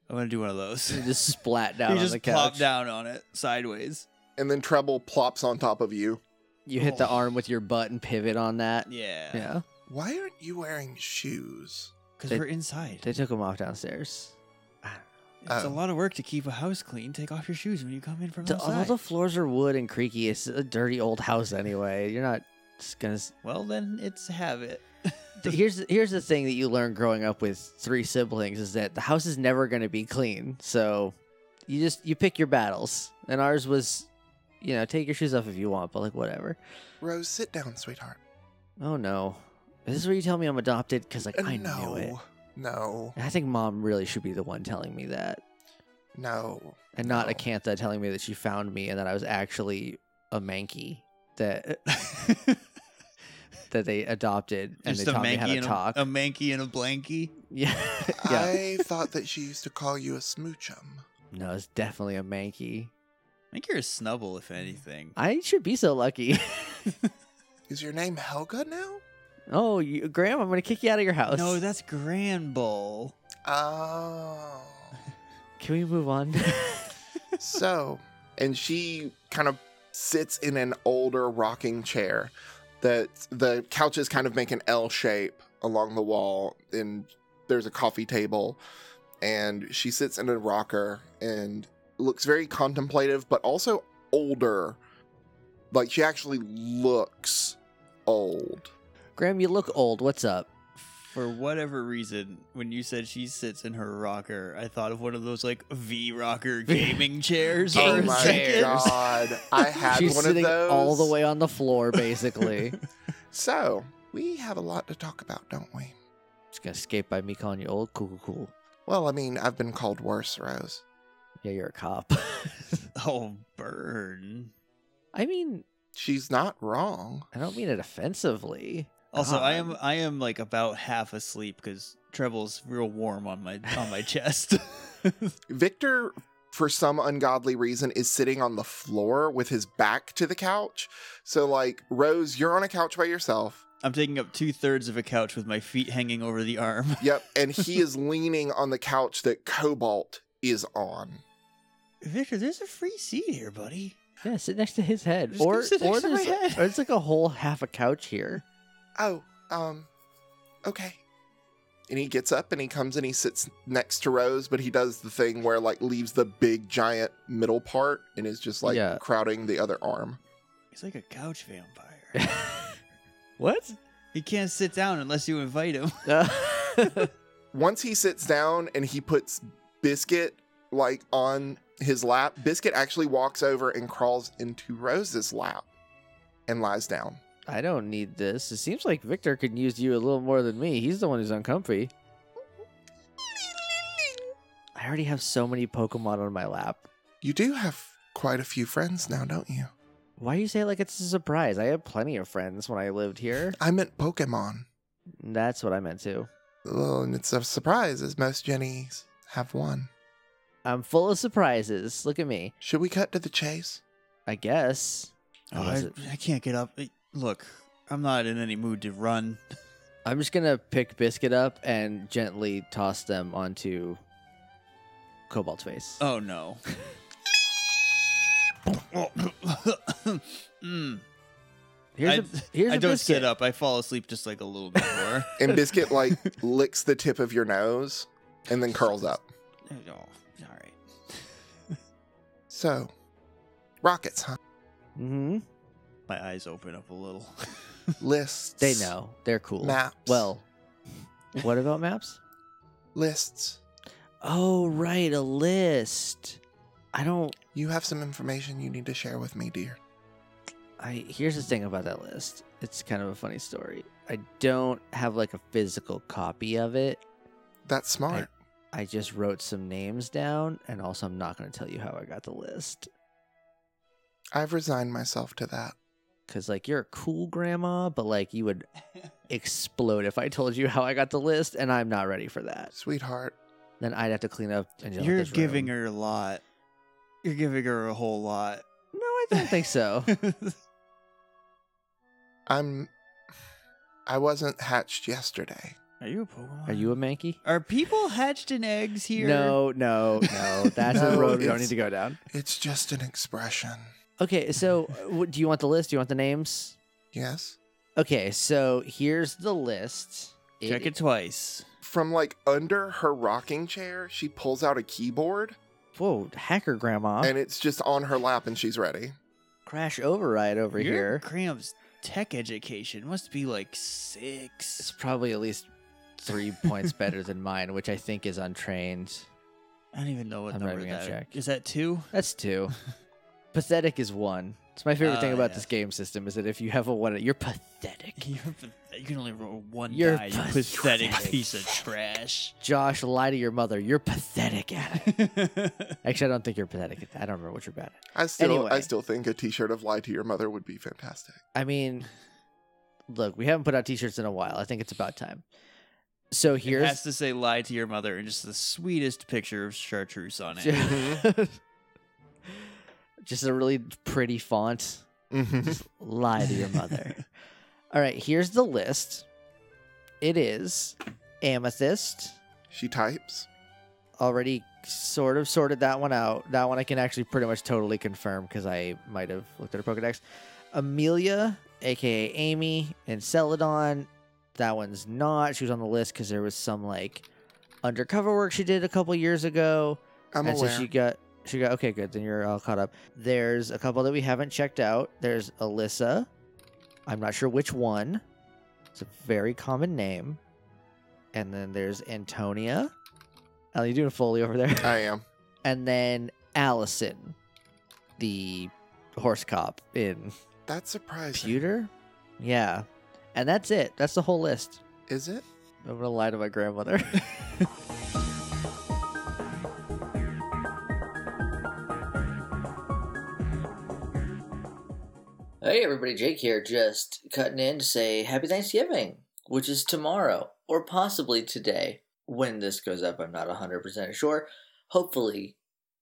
C: I'm gonna do one of those.
B: *laughs*
C: *laughs*
B: You just splat down
C: you
B: on
C: just
B: the
C: plop
B: couch.
C: down on it sideways.
A: And then Treble plops on top of you.
B: You hit the arm with your butt and pivot on that.
C: Yeah.
B: Yeah.
A: Why aren't you wearing shoes?
C: Because
B: They-
C: we're inside.
B: They took him off downstairs.
C: it's a
A: Oh.
C: lot of work to keep a house clean. Take off your shoes when you come in from
B: The- all
C: outside.
B: the floors are wood and creaky. It's a dirty old house anyway. You're not just gonna. s-
C: well, then it's a habit. *laughs*
B: Here's here's *laughs* the thing that you learn growing up with three siblings is that the house is never gonna be clean. So you just you pick your battles. And ours was, you know, take your shoes off if you want, but like whatever.
A: Rose, sit down, sweetheart.
B: Oh no, is this where you tell me I'm adopted? Because like
A: Uh,
B: I
A: no,
B: knew it.
A: no,
B: And I think mom really should be the one telling me that.
A: no.
B: and not
A: No.
B: Acantha telling me that she found me and that I was actually a Mankey that that they adopted and
C: just
B: they
C: a
B: taught me how
C: manky
B: to
C: and a,
B: talk.
C: a manky and a blankie.
B: *laughs* *laughs* yeah,
A: *laughs*
B: yeah.
A: I thought that she used to call you a smoochum.
B: No, it's definitely a Mankey.
C: I think you're a snubble, if anything.
B: I should be so lucky. *laughs*
A: Is your name Helga now?
B: oh, you, Graham, I'm gonna kick you out of your house.
C: No, that's Granbull.
A: Oh.
B: Can we move on? *laughs*
A: so, and she kind of sits in an older rocking chair that the couches kind of make an L shape along the wall, and there's a coffee table, and she sits in a rocker and looks very contemplative, but also older. Like she actually looks old.
B: Graham, you look old. What's up?
C: For whatever reason, when you said she sits in her rocker, I thought of one of those like V rocker gaming chairs.
B: Oh
A: *laughs*
C: for a
A: Oh my
C: second.
A: god.
B: *laughs*
A: I had
B: She's
A: one
B: sitting
A: of those.
B: all the way on
A: *laughs*
B: the floor, basically.
A: So, we have a lot to talk about, don't we?
B: Just gonna escape by me calling you old. Cool, cool, cool.
A: Well, I mean, I've been called worse, Rose.
B: Yeah, you're a cop.
C: *laughs*
B: *laughs*
C: Oh, burn.
B: I mean,
A: She's not wrong.
B: I don't mean it offensively. Uh-huh.
C: Also, I am uh,
B: God.
C: I am like about half asleep because Treble's real warm on my on *laughs* my chest.
A: Victor, for some ungodly reason, is sitting on the floor with his back to the couch. So, like, Rose, you're on a couch by yourself.
C: I'm taking up two thirds of a couch with my feet hanging over the arm. *laughs*
A: Yep. And he is leaning on the couch that Cobalt is on.
C: Victor, there's a free seat here, buddy.
B: Yeah, sit next to his head,
C: Just
B: or
C: go sit
B: or
C: next to my
B: there's
C: head.
B: or it's like a whole half a couch
C: *laughs*
B: here.
A: Oh, um, okay. And he gets up and he comes and he sits next to Rose, but he does the thing where, like, leaves the big giant middle part and is just, like,
B: Yeah.
A: crowding the other arm.
C: He's like a couch vampire. *laughs*
B: what?
C: he can't sit down unless you invite him.
B: *laughs*
A: once he sits down and he puts biscuit like on his lap biscuit actually walks over and crawls into rose's lap and lies down
B: I don't need this. It seems like Victor could use you a little more than me. He's the one who's uncomfy. I already have so many Pokemon on my lap.
A: you do have quite a few friends now don't you
B: Why you say it like it's a surprise? I had plenty of friends when I lived here.
A: i meant pokemon
B: That's what I meant to.
A: well and it's a surprise as most jennies have one
B: I'm full of surprises. Look at me.
A: Should we cut to the chase?
B: I guess.
C: Oh,
B: What is
C: I, I can't get up. It- Look, I'm not in any mood to run. *laughs*
B: I'm just gonna pick Biscuit up and gently toss them onto Cobalt's face.
C: Oh *laughs* no. Mm.
B: here's a
C: I-
B: here's
C: I
B: a
C: don't
B: biscuit.
C: sit up. I fall asleep just like a little bit *laughs* more.
A: And Biscuit
B: *laughs*
A: like licks the tip of your nose and then curls up.
C: oh, all right.
A: So, rockets, huh?
B: Mm-hmm.
C: My eyes open up a little.
A: Lists.
B: *laughs* They know they're cool.
A: Maps.
B: *laughs* Well, what about maps?
A: lists.
B: Oh right, a list. I don't.
A: You have some information you need to share with me, dear.
B: I here's the thing about that list. It's kind of a funny story. I don't have like a physical copy of it.
A: That's smart.
B: I just wrote some names down, and also I'm not going to tell you how I got the list
A: I've resigned myself to that.
B: because like you're a cool grandma, but like you *laughs* would explode if I told you how I got the list, and I'm not ready for that.
A: Sweetheart,
B: Then I'd have to clean up. Angelica's
C: You're giving
B: room.
C: her a lot. You're giving her a whole lot.
B: No, I don't think *laughs* so.
A: I'm. I wasn't hatched yesterday.
C: *laughs* Are you a Pokemon?
B: Are you a manky?
C: Are people hatched in eggs here?
B: No, no, *laughs* no. That's a
A: No,
B: road we don't
A: it's-
B: need to go down.
A: It's just an expression.
B: Okay, so uh, what- do you want the list? Do you want the names?
A: Yes?
B: Okay, so here's the list.
C: Check it twice.
A: From like under her rocking chair, she pulls out a keyboard
B: Whoa, hacker grandma.
A: and it's just on her lap and she's ready.
B: Crash override over
C: Your
B: here.
C: Graham's tech education must be like six.
B: It's probably at least three points better than mine, which I think is untrained.
C: I don't even know what
B: I'm not
C: number
B: even gonna
C: that
B: check.
C: is. That two? *laughs*
B: That's *laughs* two. pathetic is one. It's my favorite thing
C: Ah,
B: about
C: yeah.
B: this game system is that if you have a one, you're pathetic.
C: You're, pa- you can only roll one
B: You're
C: die. You pathetic
B: pathetic.
C: piece
B: *laughs*
C: of trash.
B: Josh, lie to your mother. You're pathetic at it. Actually, I don't think you're pathetic at that. I don't remember what you're bad at.
A: I still I
B: Anyway.
A: still think a t-shirt of lie to your mother would be fantastic.
B: I mean, look, we haven't put out t-shirts in a while. I think it's about time. So
C: It has
B: here's
C: to say "lie to your mother" and just the sweetest picture of
B: *laughs*
C: chartreuse on it.
B: just a really pretty font.
A: Mm-hmm.
B: Just lie to your mother. All right, here's the list. It is amethyst.
A: *laughs* She types.
B: Already sort of sorted that one out. That one I can actually pretty much totally confirm because I might have looked at her Pokedex. Amelia, aka Amy, and Celadon. That one's not. She was on the list because there was some like undercover work she did a couple years ago
A: I'm
B: and
A: aware.
B: so she got she got okay, good. Then you're all caught up. There's a couple that we haven't checked out. There's Alyssa. I'm not sure which one. It's a very common name. And then there's Antonia. Oh, you doing Foley over there?
A: I am.
B: and then Allison, the horse cop in
A: That's surprising.
B: Pewter. Yeah. And that's it. That's the whole list.
A: Is it?
B: I'm gonna lie to my grandmother. *laughs* hey everybody, Jake here, just cutting in to say happy Thanksgiving, which is tomorrow, or possibly today. When this goes up, I'm not 100% sure. Hopefully,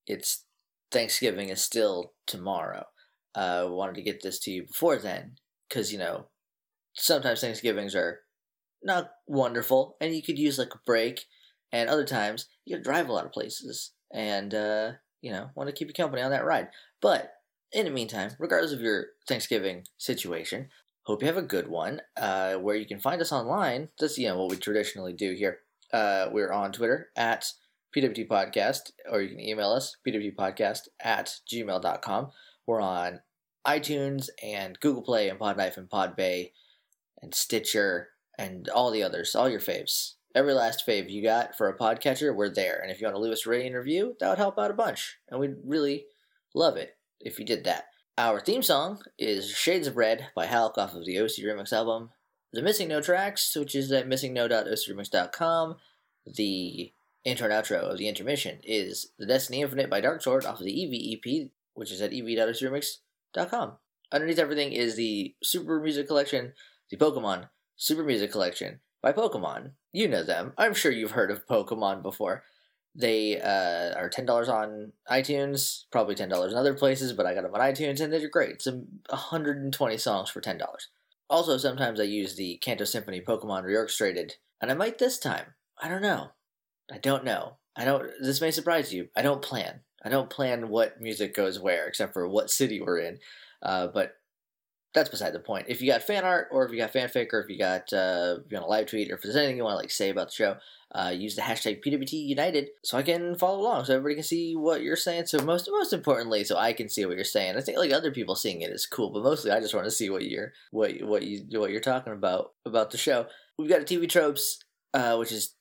B: it's Thanksgiving is still tomorrow. I uh, wanted to get this to you before then, because, you know, sometimes Thanksgivings are not wonderful, and you could use like a break. And other times, you gotta drive a lot of places, and uh, you know, want to keep you company on that ride. But in the meantime, regardless of your Thanksgiving situation, hope you have a good one. Uh, where you can find us online, that's you know what we traditionally do here. Uh, we're on Twitter at PWT Podcast, or you can email us pwtpodcast at gmail.com. We're on iTunes and Google Play and Podknife and Podbay and Stitcher and all the others, all your faves. Every last fave you got for a podcatcher, we're there. And if you want to leave us a rating and review, that would help out a bunch. And we'd really love it if you did that. Our theme song is Shades of Red by Halleck off of the OC Remix album. The Missing No tracks, which is at missingno.ocremix.com. The intro and outro of the intermission is The Destiny Infinite by Dark Sword off of the E EV EP, which is at E ev.ocremix.com. Underneath everything is the Super Music Collection, the Pokemon Super Music Collection by Pokemon. You know them. I'm sure you've heard of Pokemon before. They uh, are ten dollars on iTunes, probably ten dollars in other places, but I got them on iTunes, and they're great. It's a hundred and twenty songs for ten dollars. Also, sometimes I use the Canto Symphony Pokemon Reorchestrated, and I might this time. I don't know. I don't know. I don't. This may surprise you. I don't plan. I don't plan what music goes where, except for what city we're in. Uh, but that's beside the point. If you got fan art, or if you got fanfic, or if you got uh, if you want a live tweet, or if there's anything you want to like say about the show, uh, use the hashtag PWTUnited so I can follow along, so everybody can see what you're saying. So most most importantly, so I can see what you're saying. I think like other people seeing it is cool, but mostly I just want to see what you're what what you what you're talking about about the show. We've got a TV tropes, uh, which is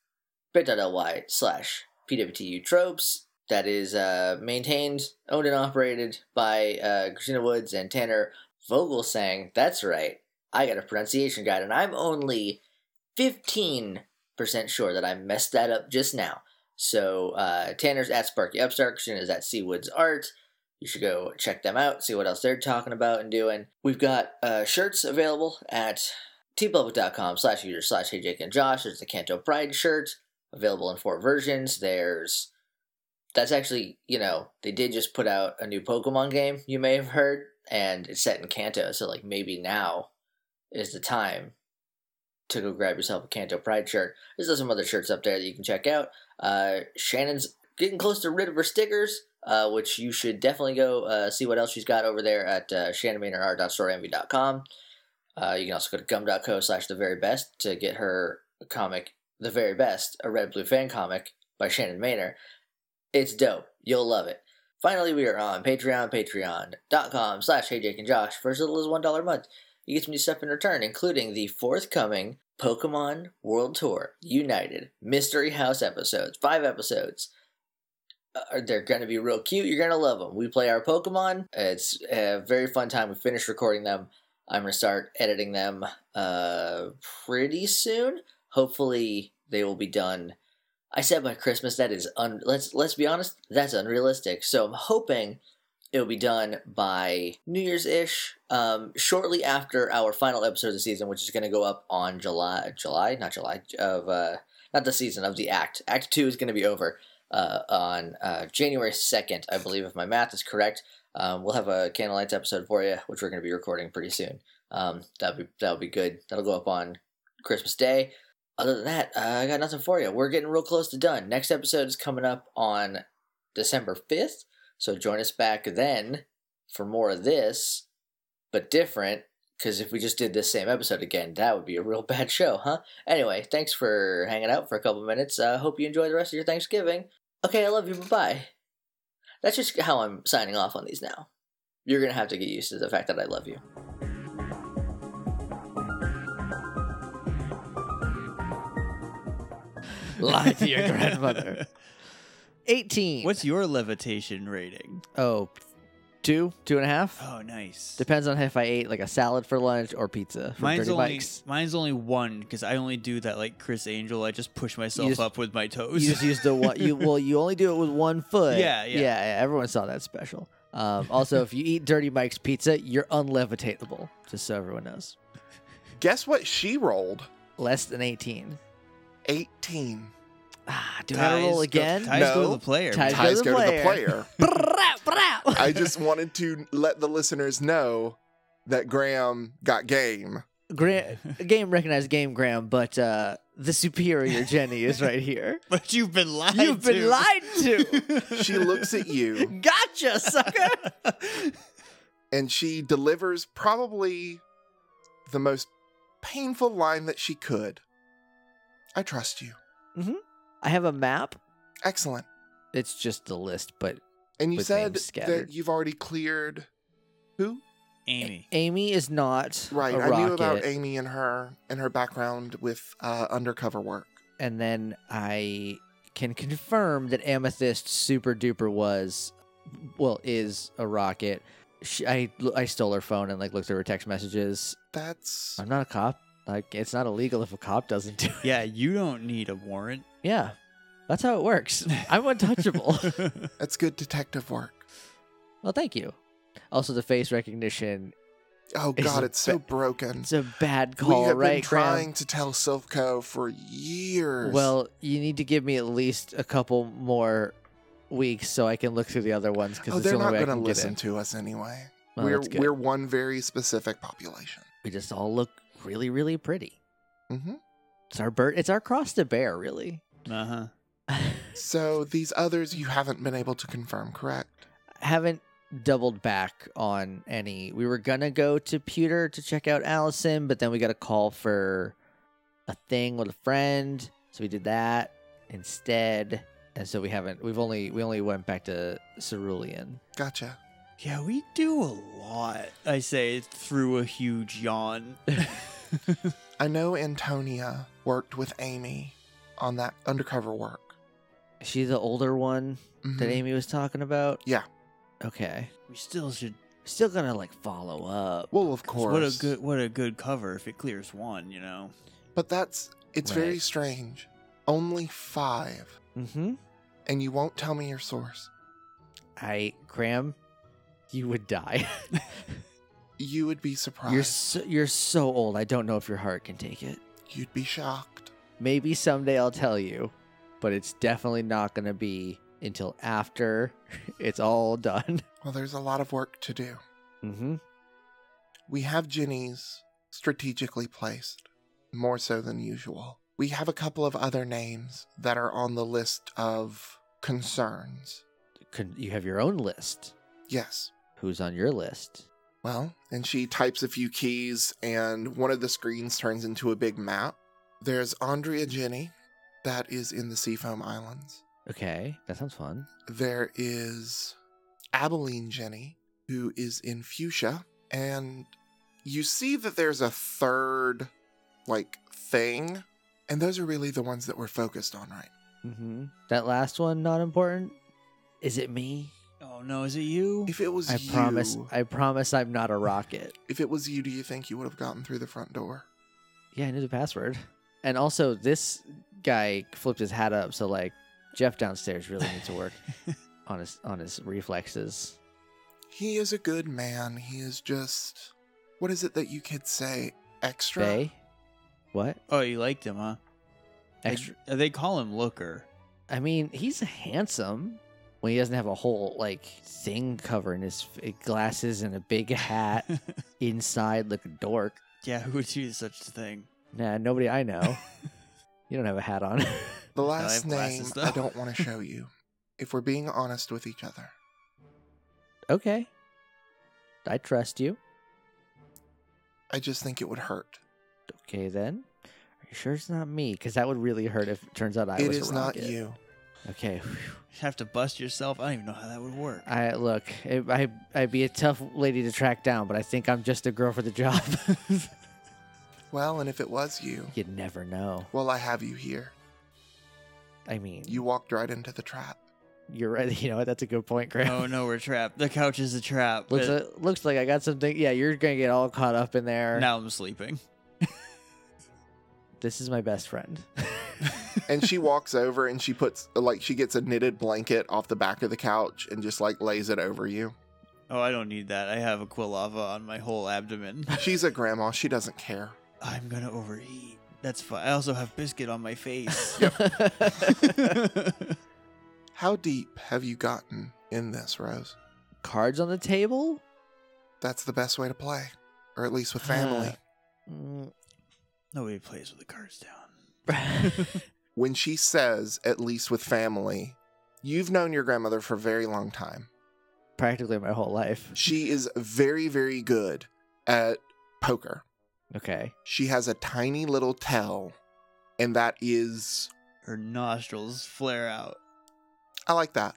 B: bit.ly slash PWTU tropes. That is uh, maintained, owned, and operated by uh, Christina Woods and Tanner Vogel saying, That's right, I got a pronunciation guide, and I'm only 15% sure that I messed that up just now. So uh, Tanner's at Sparky Upstart, Christina is at C Woods Art. You should go check them out, see what else they're talking about and doing. We've got uh, shirts available at tpublic.com slash user slash hey Jake and Josh. There's the Canto Pride shirt available in four versions. There's that's actually, you know, they did just put out a new Pokemon game, you may have heard, and it's set in Kanto, so like maybe now is the time to go grab yourself a Kanto Pride shirt. There's some other shirts up there that you can check out. Uh, Shannon's getting close to rid of her stickers, uh, which you should definitely go uh, see what else she's got over there at uh, shannonmaynard.storeenvy.com. Uh, you can also go to gum.co slash the very best to get her comic, The Very Best, a Red Blue fan comic by Shannon Maynard. It's dope. You'll love it. Finally, we are on Patreon, patreon.com slash Hey Jake and Josh for as little as $1 a month. You get some new stuff in return, including the forthcoming Pokemon World Tour United Mystery House episodes, five episodes. Uh, they're going to be real cute. You're going to love them. We play our Pokemon. It's a very fun time. We finished recording them. I'm going to start editing them uh, pretty soon. Hopefully, they will be done I said by Christmas. That is un. Let's let's be honest. That's unrealistic. So I'm hoping it'll be done by New Year's ish, um, shortly after our final episode of the season, which is going to go up on July July not July of uh, not the season of the Act. Act two is going to be over uh, on uh, January second, I believe, if my math is correct. Um, we'll have a candlelights episode for you, which we're going to be recording pretty soon. Um, that'll be that'll be good. That'll go up on Christmas Day other than that, uh, I got nothing for you. We're getting real close to done. Next episode is coming up on December 5th, so join us back then for more of this, but different, because if we just did this same episode again, that would be a real *laughs* bad show, huh? Anyway, thanks for hanging out for a couple minutes. Uh, hope you enjoy the rest of your Thanksgiving. Okay, I love you. Bye bye. That's just how I'm signing off on these now. You're going to have to get used to the fact that I love you.
E: Lie to your
C: *laughs*
E: grandmother. *laughs* 18.
C: What's your levitation rating?
E: Oh, two, two and a half.
C: Oh, nice.
E: Depends on if I ate like a salad for lunch or pizza from
C: mine's
E: Dirty
C: only *laughs*
E: Mike's.
C: mine's only one because I only do that like Chris Angel. I just push myself
E: just-
C: up with my toes.
E: You just
C: *laughs*
E: use the one. You well, you only do it with one foot.
C: Yeah, yeah.
E: yeah. everyone saw that special. Um, also, if you eat Dirty Mike's pizza, you're unlevitatable. Just so everyone knows,
A: Guess what she rolled?
E: less than 18.
A: 18.
E: Ah, do I gotta roll
C: Ties go-
E: again?
C: ties go to
E: *laughs*
A: No.
C: the *laughs* player.
E: Ties-
C: man.
A: Ties
E: the
A: go to the
E: player.
A: player.
E: Brow, brow. *laughs*
A: I just wanted to let the listeners know that Graham got game.
E: Gra- game recognized game Graham, but uh, the superior Jenny is right
C: *laughs*
E: here.
C: But you've been lied.
E: You've been
C: to.
E: lied
C: *laughs*
E: to.
A: She looks at you
E: *laughs* Gotcha, sucker.
A: and she delivers probably the most painful line that she could. I trust you.
E: I have a map.
A: Excellent.
E: It's just the list, but
A: And you
E: With
A: said
E: names
A: that
E: scattered.
A: you've already cleared who?
C: Amy.
E: Amy is not
A: Right.
E: A
A: I
E: rocket.
A: knew about Amy and her and her background with uh, undercover work.
E: and then I can confirm that Amethyst super duper was, well, is a rocket. She, I I stole her phone and like looked through her text messages.
A: That's
E: I'm not a cop. Like it's not illegal if a cop doesn't do it.
C: Yeah, you don't need a warrant.
E: Yeah, that's how it works. *laughs* I'm
C: *laughs*
E: untouchable. *laughs*
A: that's good detective work.
E: well, thank you. Also, the face recognition
A: Oh
B: It's
A: god,
B: a
A: it's so broken.
B: It's a bad
A: we
B: call,
A: have
B: right,
A: been
B: Graham?
A: trying to tell Silvco for years.
B: Well, you need to give me at least a couple more weeks so I can look through the other ones because
A: oh,
B: it's the
A: they're
B: only
A: not
B: way I
A: going to
B: can get
A: listen
B: in.
A: to us anyway.
B: Well,
A: we're
B: that's good.
A: we're one very specific population.
B: we just all look really, really pretty.
A: hmm
B: It's our bird. It's our cross to bear, really. *laughs*
C: Uh huh.
A: So these others you haven't been able to confirm, correct?
B: haven't doubled back on any. We were gonna go to Pewter to check out Allison, but then we got a call for a thing with a friend, so we did that instead. And so we haven't. We've only we only went back to Cerulean.
A: Gotcha.
C: Yeah, we do a lot. I say through a huge yawn.
E: *laughs*
A: I know Antonia worked with Amy on that undercover work.
B: Is she the older one
A: Mhm.
B: that Amy was talking about?
A: Yeah.
B: Okay.
C: we still should.
B: Still gonna like follow up.
A: Well, of
C: 'cause
A: course.
C: What a good what a good cover if it clears one, you know.
A: But that's it's very
B: Right.
A: strange. Only five,
B: Mm-hmm.
A: and you won't tell me your source.
B: I Graham, you would die. *laughs*
A: You would be surprised.
B: You're so, you're so old. I don't know if your heart can take it.
A: You'd be shocked.
B: Maybe someday I'll tell you, but it's definitely not going to be until after *laughs* it's all done.
A: Well, there's a lot of work to do.
B: Mm-hmm.
A: We have Jenny's strategically placed, more so than usual. We have a couple of other names that are on the list of concerns.
B: you have your own list.
A: Yes.
B: Who's on your list?
A: Well, and she types a few keys, and one of the screens turns into a big map. There's Andrea Jenny, that is in the Seafoam Islands.
B: Okay, that sounds fun.
A: There is Abilene Jenny, who is in Fuchsia, and you see that there's a third, like, thing, and those are really the ones that we're focused on, right?
B: Mm-hmm. That last one not important. Is it me?
C: Oh no, is it you?
A: If it was
B: I
A: you,
B: promise. I promise I'm not a rocket.
A: if it was you, do you think you would have gotten through the front door?
B: *laughs* Yeah, I knew the password. And also, this guy flipped his hat up, so like Jeff downstairs really needs to *laughs* work on his on his reflexes.
A: He is a good man. He is just, what is it that you kids say? Extra.
B: Bay, what?
C: oh, you liked him, huh? They-
B: Extra.
C: They, call him Looker.
B: I mean, he's handsome when he doesn't have a whole like thing covering his f- eh, glasses and a big *laughs* hat inside like a dork.
C: *laughs* yeah, who would do such a thing?
B: Nah, nobody I *laughs* know. you don't have a hat on. *laughs*
A: The
C: I
A: last
C: have glasses,
A: name I
C: though.
A: don't
C: *laughs*
A: want to show you. if we're being honest with each other,
B: okay, I trust you.
A: I just think it would hurt.
B: Okay then. Are you sure it's not me? Because that would really hurt if it turns out I
A: it
B: was a
A: is not
B: rocket.
A: you.
B: Okay.
C: You have to bust yourself. I don't even know how that would work.
B: I *laughs* look. I, I I'd be a tough lady to track down, but I think I'm just a girl for the job. *laughs*
A: Well, and if it was you,
B: You'd never know.
A: well, I have you here.
B: I mean,
A: You walked right into the trap.
B: You're right. *laughs* You know what? That's a good point, Graham.
C: oh no, we're trapped. The couch is a trap.
B: Looks
C: Uh,
B: like, looks like I got something. Yeah, you're gonna get all caught up in there.
C: now I'm sleeping.
B: This is my best friend.
A: And she walks over and she puts, like, she gets a knitted blanket off the back of the couch and just, like, lays it over you.
C: Oh, I don't need that. I have a quilava on my whole
B: *laughs*
C: abdomen.
A: She's a grandma. She doesn't care.
C: I'm gonna overeat. That's fine. I also have biscuit on
B: *laughs*
C: my face.
A: How deep have you gotten in this, Rose?
B: Cards on the table.
A: That's the best way to play, or at least with family.
C: Huh.
B: Mm. *laughs*
C: Nobody plays with the cards down.
A: when she says, at least with family, you've known your grandmother for a very long time.
B: Practically my
A: *laughs*
B: whole life.
A: She is very, very good at poker.
B: Okay.
A: She has a tiny little tell, and that is,
C: Her nostrils flare out. *laughs*
A: I like that.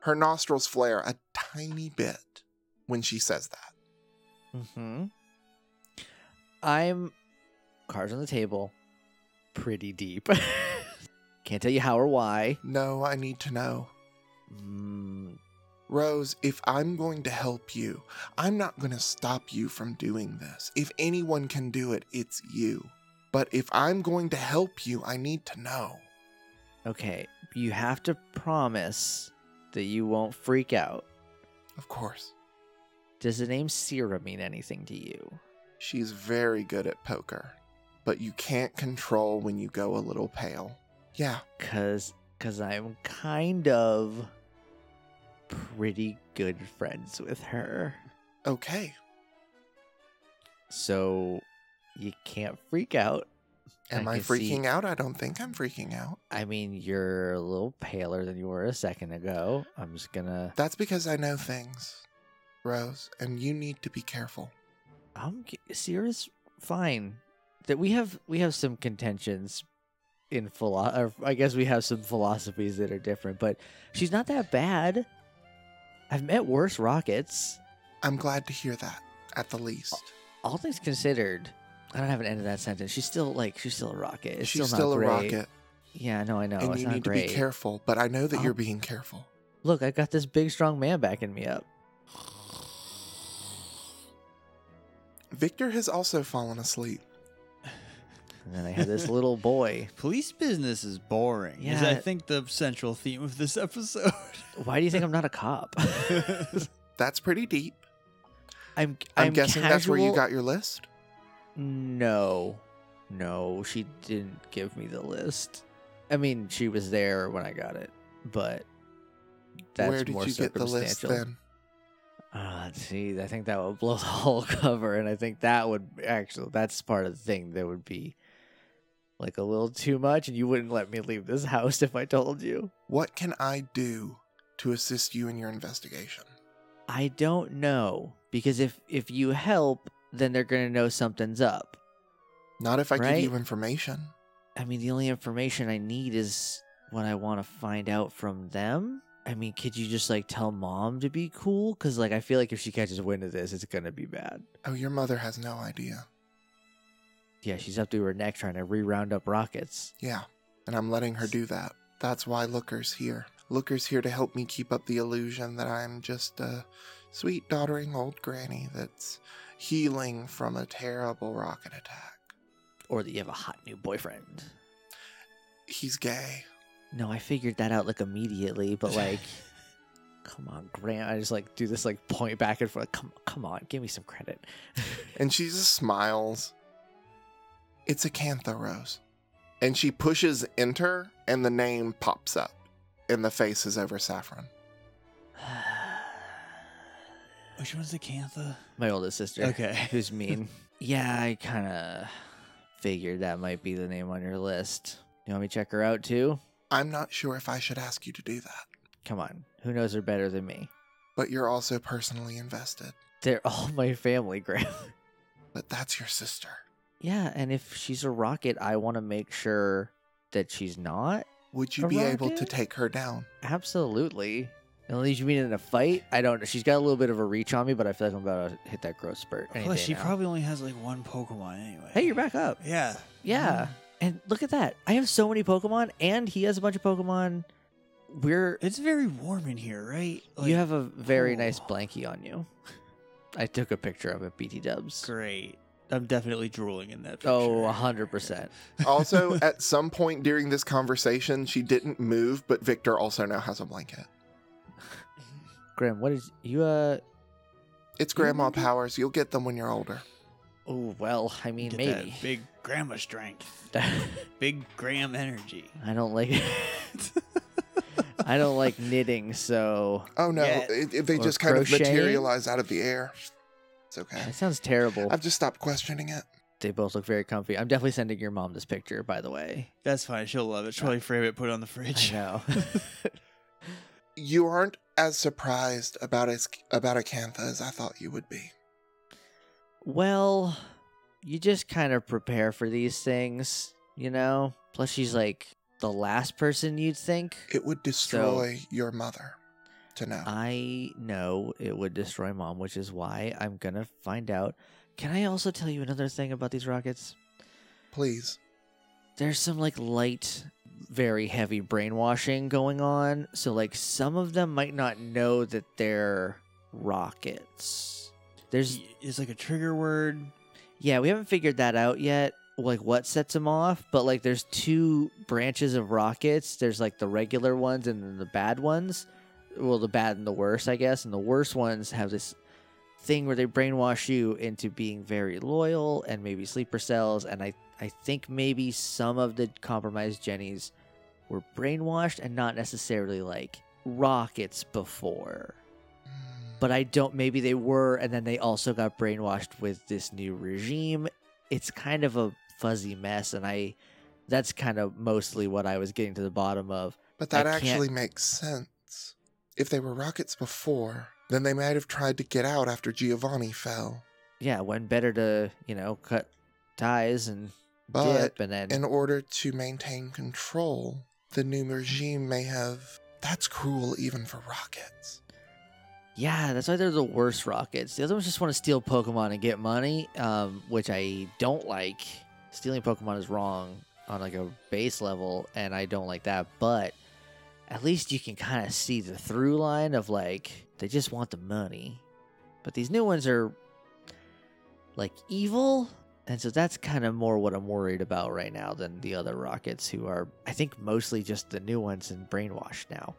A: Her nostrils flare a tiny bit when she says that.
B: Hmm. I'm cards on the table. Pretty deep. *laughs* Can't tell you how or why.
A: No, I need to know.
B: Mm,
A: Rose, if I'm going to help you, I'm not going to stop you from doing this. If anyone can do it, it's you. But if I'm going to help you, I need to know.
B: okay. You have to promise that you won't freak out.
A: Of course.
B: Does the name Sierra mean anything to you?
A: She's very good at poker, but you can't control when you go a little pale. Yeah,
B: Cause, cause I'm kind of pretty good friends with her.
A: okay.
B: So you can't freak out.
A: Am I,
B: can see-
A: freaking out? I don't think I'm freaking out.
B: I mean, you're a little paler than you were a second ago. I'm just gonna.
A: That's because I know things, Rose, and you need to be careful.
B: I'm g- Sierra's fine. That we have we have some contentions in philo- or I guess we have some philosophies that are different, but she's not that bad. I've met worse rockets.
A: I'm glad to hear that, at the least.
B: All things considered, I don't have an end to that sentence. She's still like she's still a rocket. It's
A: She's
B: still,
A: still
B: not
A: a
B: great.
A: rocket,
B: Yeah, no, I know.
A: and
B: it's
A: you
B: not
A: need
B: great.
A: to be careful, but I know that
B: Oh.
A: you're being careful.
B: Look, I got this big strong man backing me up.
A: Victor has also fallen asleep.
B: And then I
A: *laughs*
B: have this little boy.
C: Police business is boring. Is I
B: Yeah.
C: think the central theme of this *laughs* episode.
B: Why do you think I'm not
A: *laughs*
B: a cop?
A: That's pretty deep.
B: I'm
A: I'm, guessing that's where you
B: casual-
A: got your list.
B: No, no, she didn't give me the list. I mean, she was there when I got it, but that's
A: where did
B: more
A: you get the list
B: circumstantial.
A: then?
B: Ah, jeez, I think that would blow the *laughs* whole cover, and I think that would actually that's part of the thing that would be like a little too much, and you wouldn't let me leave this house if I told you.
A: What can I do to assist you in your investigation?
B: I don't know because if if you help, then they're gonna know something's up.
A: Not if I
B: Right.
A: give you information.
B: I mean, the only information I need is what I want to find out from them. I mean, could you just like tell mom to be cool? Because like I feel like if she catches wind of this, it's gonna be bad.
A: Oh, your mother has no idea.
B: Yeah, she's up to her neck trying to re-round up rockets.
A: Yeah, and I'm letting her do that. That's why Looker's here. Looker's here to help me keep up the illusion that I'm just a sweet, doddering old granny that's healing from a terrible rocket attack.
B: Or that you have a hot new boyfriend.
A: He's gay.
B: No, I figured that out like immediately,
C: *laughs*
B: but like, come on, Grant. I just like do this like point back and forth. Come, come on, give me some credit. *sighs*
A: And she just smiles. It's Acantha Rose. And she pushes enter, and the name pops up, and the face is over Saffron.
C: Which one's the Cantha?
B: My oldest sister.
C: Okay.
B: who's mean. yeah, I kind of figured that might be the name on your list. You want me to check her out too?
A: I'm not sure if I should ask you to do that,
B: Come on, who knows her better than me?
A: but you're also personally invested.
B: They're *laughs* all my family, Graham.
A: But that's your sister.
B: yeah, and if she's a rocket, I want to make sure that she's not.
A: Would you
B: A
A: be able to
B: rocket?
A: take her down?
B: Absolutely. Unless you mean in a fight, I don't know. She's got a little bit of a reach on me, but I feel like I'm about to hit that growth spurt. any
C: *laughs* Plus,
B: day
C: she
B: now.
C: probably only has like one Pokemon anyway.
B: Hey, you're back up.
C: Yeah.
B: Yeah. And look at that. I have so many Pokemon, and he has a bunch of Pokemon. We're
C: It's very warm in here, right? Like, oh.
B: you have a very nice
C: cool.
B: blankie on you. *laughs* I took a picture of it, BT Dubs.
C: great. I'm definitely drooling in that. Picture.
B: Oh, a hundred percent.
A: *laughs*
B: *laughs*
C: *laughs*
A: Also, at some point during this conversation, she didn't move, but Victor also now has a blanket.
B: Graham, what is you? Uh,
A: It's Grandma
B: remember-
A: Powers. You'll get them when you're older.
B: oh well, I mean
C: Get
B: maybe.
C: that big grandma strength, big gram energy.
B: *laughs*
C: *laughs*
B: I don't like. *laughs* I don't like knitting, so
A: Oh no,
C: Yeah.
A: it, it- they
B: Or
A: just kind
B: crocheting?
A: of materialize out of the air. It's okay.
B: that sounds terrible.
A: I've just stopped questioning it.
B: They both look very comfy. I'm definitely sending your mom this picture, by the way.
C: That's fine. She'll love it. She'll probably frame it, put it on the
B: I
C: fridge.
B: know. *laughs*
A: You aren't as surprised about as, about Acantha as I thought you would be.
B: Well, you just kind of prepare for these things, you know? Plus, she's like the last person you'd think.
A: It would destroy your mother to know.
B: Uh, I know it would destroy mom, which is why I'm gonna find out. Can I also tell you another thing about these rockets?
A: Please.
B: There's some like light, very heavy brainwashing going on. So, like, some of them might not know that they're rockets. There's,
C: *laughs* It's like a trigger word.
B: yeah, we haven't figured that out yet. Like what sets them off, but like there's two branches of rockets. There's like the regular ones and then the bad ones. Well, the bad and the worse, I guess. And the worse ones have this thing where they brainwash you into being very loyal and maybe sleeper cells. And I, I think maybe some of the compromised Jennies were brainwashed and not necessarily like rockets before. But I don't, maybe they were, and then they also got brainwashed with this new regime. It's kind of a fuzzy mess. And I, that's kind of mostly what I was getting to the bottom of.
A: But that
B: I can't-
A: actually makes sense. If they were rockets before, then they might have tried to get out after Giovanni fell.
B: yeah, when better to you know cut ties and
A: But
B: dip and then
A: in order to maintain control, the new regime may have. That's cruel even for rockets.
B: yeah, that's why they're the worst rockets. The other ones just want to steal Pokemon and get money, um, which I don't like. Stealing Pokemon is wrong on like a base level, and I don't like that. But at least you can kind of see the through line of like they just want the money. But these new ones are like evil. And so that's kind of more what I'm worried about right now than the other Rockets, who are, I think, mostly just the new ones and brainwashed now.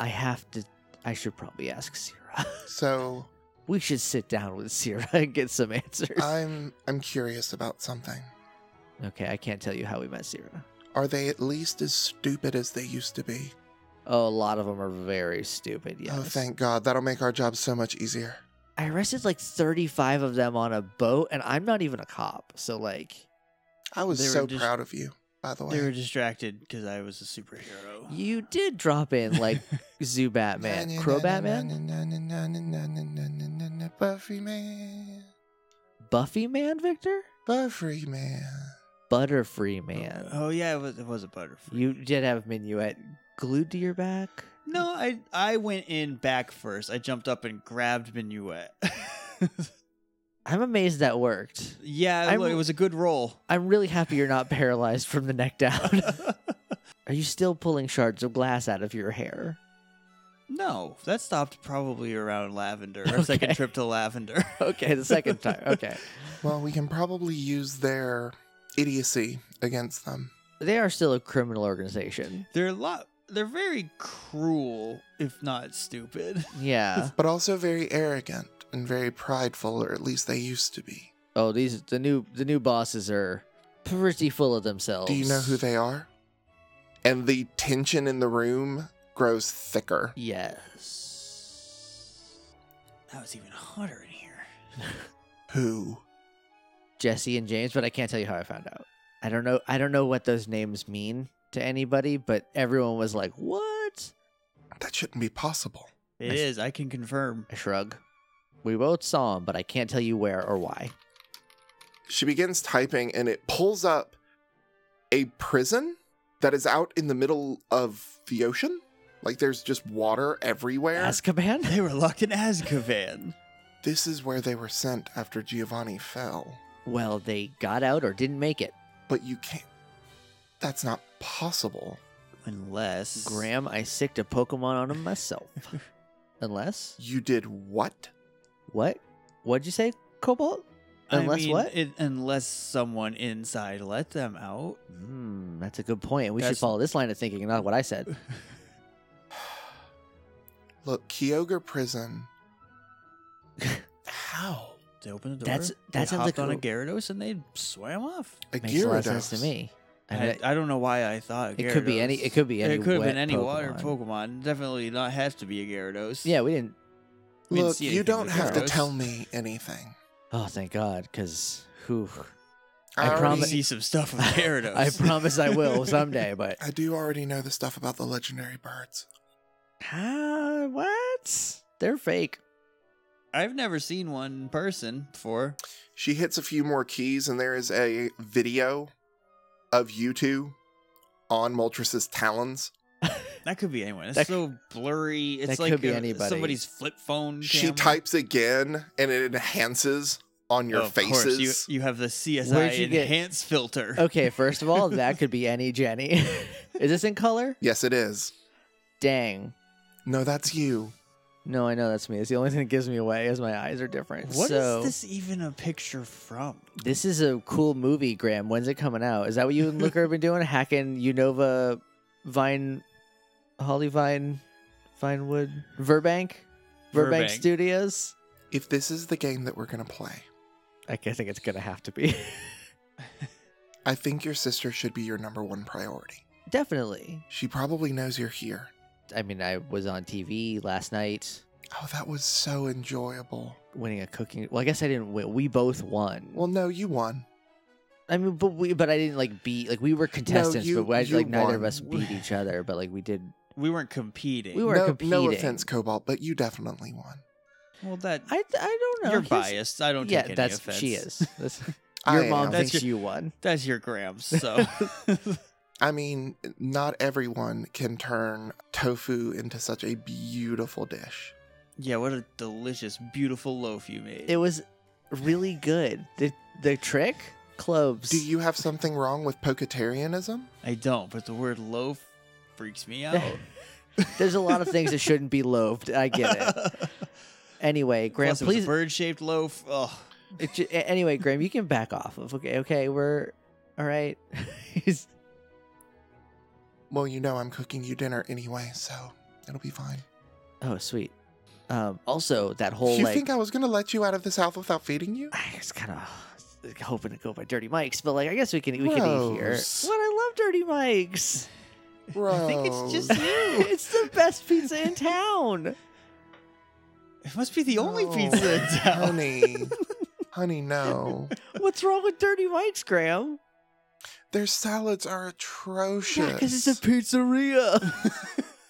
B: I have to, I should probably ask Sierra. *laughs*
C: *laughs*
A: So
B: we should sit down with Sierra and get some answers.
A: I'm I'm curious about something.
B: okay, I can't tell you how we met Sierra.
A: Are they at least as stupid as they used to be?
B: Oh, a lot of them are very stupid. Yes.
A: Oh, thank God. That'll make our job so much easier.
B: I arrested like 35 of them on a boat, and I'm not even a cop. So, like,
A: I was
C: They were
A: so
C: just-
A: proud of you, by the way.
C: They were distracted because I was a superhero.
B: you did drop in like
A: *laughs*
B: *laughs* Zoo Batman, Crow Batman,
A: Batman? Buffy Man.
B: Buffy Man, Victor?
A: Buffy Man.
B: Butterfree Man.
C: Oh yeah, it was, it was a
A: oh.
C: butterfly.
B: You did have Minuet glued to your back.
C: No, I I went in back first. I jumped up and grabbed Minuet. *laughs*
B: I'm amazed that worked.
C: yeah,
B: I'm-
C: look, it was a good roll. *laughs*
B: I'm really happy you're not paralyzed from the
A: *laughs*
B: neck down. *laughs* Are you still pulling shards of glass out of your hair?
C: no, that stopped probably around Lavender. Our second
B: Okay.
C: trip to Lavender.
B: *laughs* Okay, the second
C: *laughs*
B: time. Okay.
A: Well, we can probably use their idiocy against them.
B: They are still a criminal organization.
C: They're a lot. They're very cruel, if not stupid.
B: Yeah.
A: But also very arrogant and very prideful, or at least they used to be.
B: Oh, these the new the new bosses are pretty full of themselves.
A: Do you know who they are? And the tension in the room grows thicker.
B: Yes.
C: That was even hotter in here.
A: Who?
B: Jesse and James, but I can't tell you how I found out. I don't know. I don't know what those names mean to anybody, but everyone was like, "What?"
A: That shouldn't be possible.
C: It is. I can confirm.
B: I shrug. We both saw him, but I can't tell you where or why.
A: She begins typing and it pulls up a prison that is out in the middle of the ocean. Like there's just water everywhere.
B: Azkaban?
C: They were locked in Azkaban.
A: This is where they were sent after Giovanni fell.
B: *laughs* Well, they got out or didn't make it.
A: But you can't. That's not possible.
C: Unless
B: Graham, I sicked a Pokemon on
A: *laughs*
B: him myself. Unless
A: You did what?
B: what? What'd you say, Cobalt?
C: I
B: Unless
C: mean,
B: what?
C: it- unless someone inside let them out.
B: Hmm, that's a good point. We should
C: That's-
B: follow this line of thinking, and not what I said.
A: Look, Kyogre Prison. How?
C: They opened the door.
B: That's- that
C: they
B: sounds
C: hopped
B: like
C: on a
B: a-
C: Gyarados and they swam off.
A: A
B: Makes a lot of sense to
A: Gyarados.
B: me. I mean,
C: I, I don't know why I thought
B: it could be any.
C: Gyarados.
B: It could be any.
C: It could have
B: wet
C: been any water
B: Pokemon.
C: Pokemon. Definitely not have to be a Gyarados.
B: Yeah, we didn't.
C: We didn't
A: Look,
C: see
A: you
C: anything
A: don't
C: with
A: have to
C: Gyarados.
A: tell me anything.
B: Oh, thank God, because
C: *laughs*
B: who? I
A: I, already,
C: I
B: promise-
C: see some stuff with
B: *laughs*
C: Gyarados.
B: I promise I
C: *laughs*
B: will someday. But
A: I do already know the stuff about the legendary birds.
B: Ah, what? They're fake.
C: I've never seen one in person before.
A: She hits a few more keys, and there is a video of you two on Moltres' talons.
C: That could be anyone. It's
B: That-
C: so blurry. It's
B: that
C: like
B: could be
C: a-
B: anybody.
C: somebody's flip phone.
A: She
C: camera.
A: types again, and it enhances on your
C: Oh, of
A: faces.
C: Course, you, you have the
B: Where'd you
C: CSI
B: get-
C: enhance filter.
B: Okay, first of all, that could be any Jenny. *laughs* Is this in color?
A: Yes, it is.
B: Dang.
A: No, that's you.
B: No, I know that's me. It's the only thing that gives me away is my eyes are different.
C: *laughs* What is
B: so,
C: this even a picture from?
B: This is a cool movie, Graham. When's it coming out? Is that what you and Looker have been doing? Hacking Unova Vine Holly Vine Vinewood Verbank? Verbank
C: Verbank.
B: Studios?
A: if this is the game that we're going to play,
B: I guess- I think it's gonna have to be. *laughs*
A: I think your sister should be your number one priority.
B: Definitely.
A: She probably knows you're here.
B: I mean, I was on TV last night
A: Oh, that was so enjoyable.
B: winning a cooking. Well, I guess I didn't win. We both won.
A: Well, no, you won.
B: I mean, but we, but I didn't like beat. Like we were contestants,
A: you-
B: but we,
A: you
B: like neither of
A: won.
B: us beat each other. But like we did.
C: We weren't competing.
B: We were
A: no, no
B: competing.
A: offense, Cobalt, but you definitely won.
C: Well, that
B: I I don't know.
C: you're
B: Here's-
C: biased. I don't
B: yeah,
C: take any
B: that's
C: offense.
B: she is. That's, your
A: I
B: mom
A: am.
C: That's
B: thinks you won.
C: *laughs* That's your grams.
B: *laughs*
C: So
A: I mean, not everyone can turn tofu into such a beautiful dish.
C: yeah, what a delicious, beautiful loaf you made.
B: It was really good. The the trick cloves.
A: Do you have something wrong with poketarianism?
C: I don't, but the word loaf freaks me out.
B: *laughs* There's a lot of things that shouldn't be loaved. I *laughs* get
A: *laughs*
B: it.
C: *laughs*
B: Anyway, Graham,
C: Plus, it was
B: please.
C: a bird-shaped loaf. Oh,
B: It ju- a- anyway, Graham, you can back off of. Okay, okay, we're all right. *laughs* He's-
A: Well, you know I'm cooking you dinner anyway, so it'll be fine.
B: oh, sweet. Um, also, that whole
A: you
B: like
A: think I was gonna let you out of this house without feeding you?
B: I was kind of hoping to go by Dirty Mike's, but like I guess we can we can eat here.
A: Gross.
B: What I love Dirty Mike's.
A: Bro,
C: I think it's just you.
B: it's the best pizza in town.
C: It must be the only
A: No,
C: pizza
B: *laughs*
C: in town. *laughs*
A: honey. honey, no.
B: What's wrong with Dirty Mike's, Graham?
A: Their salads are atrocious.
B: because it's a pizzeria. *laughs*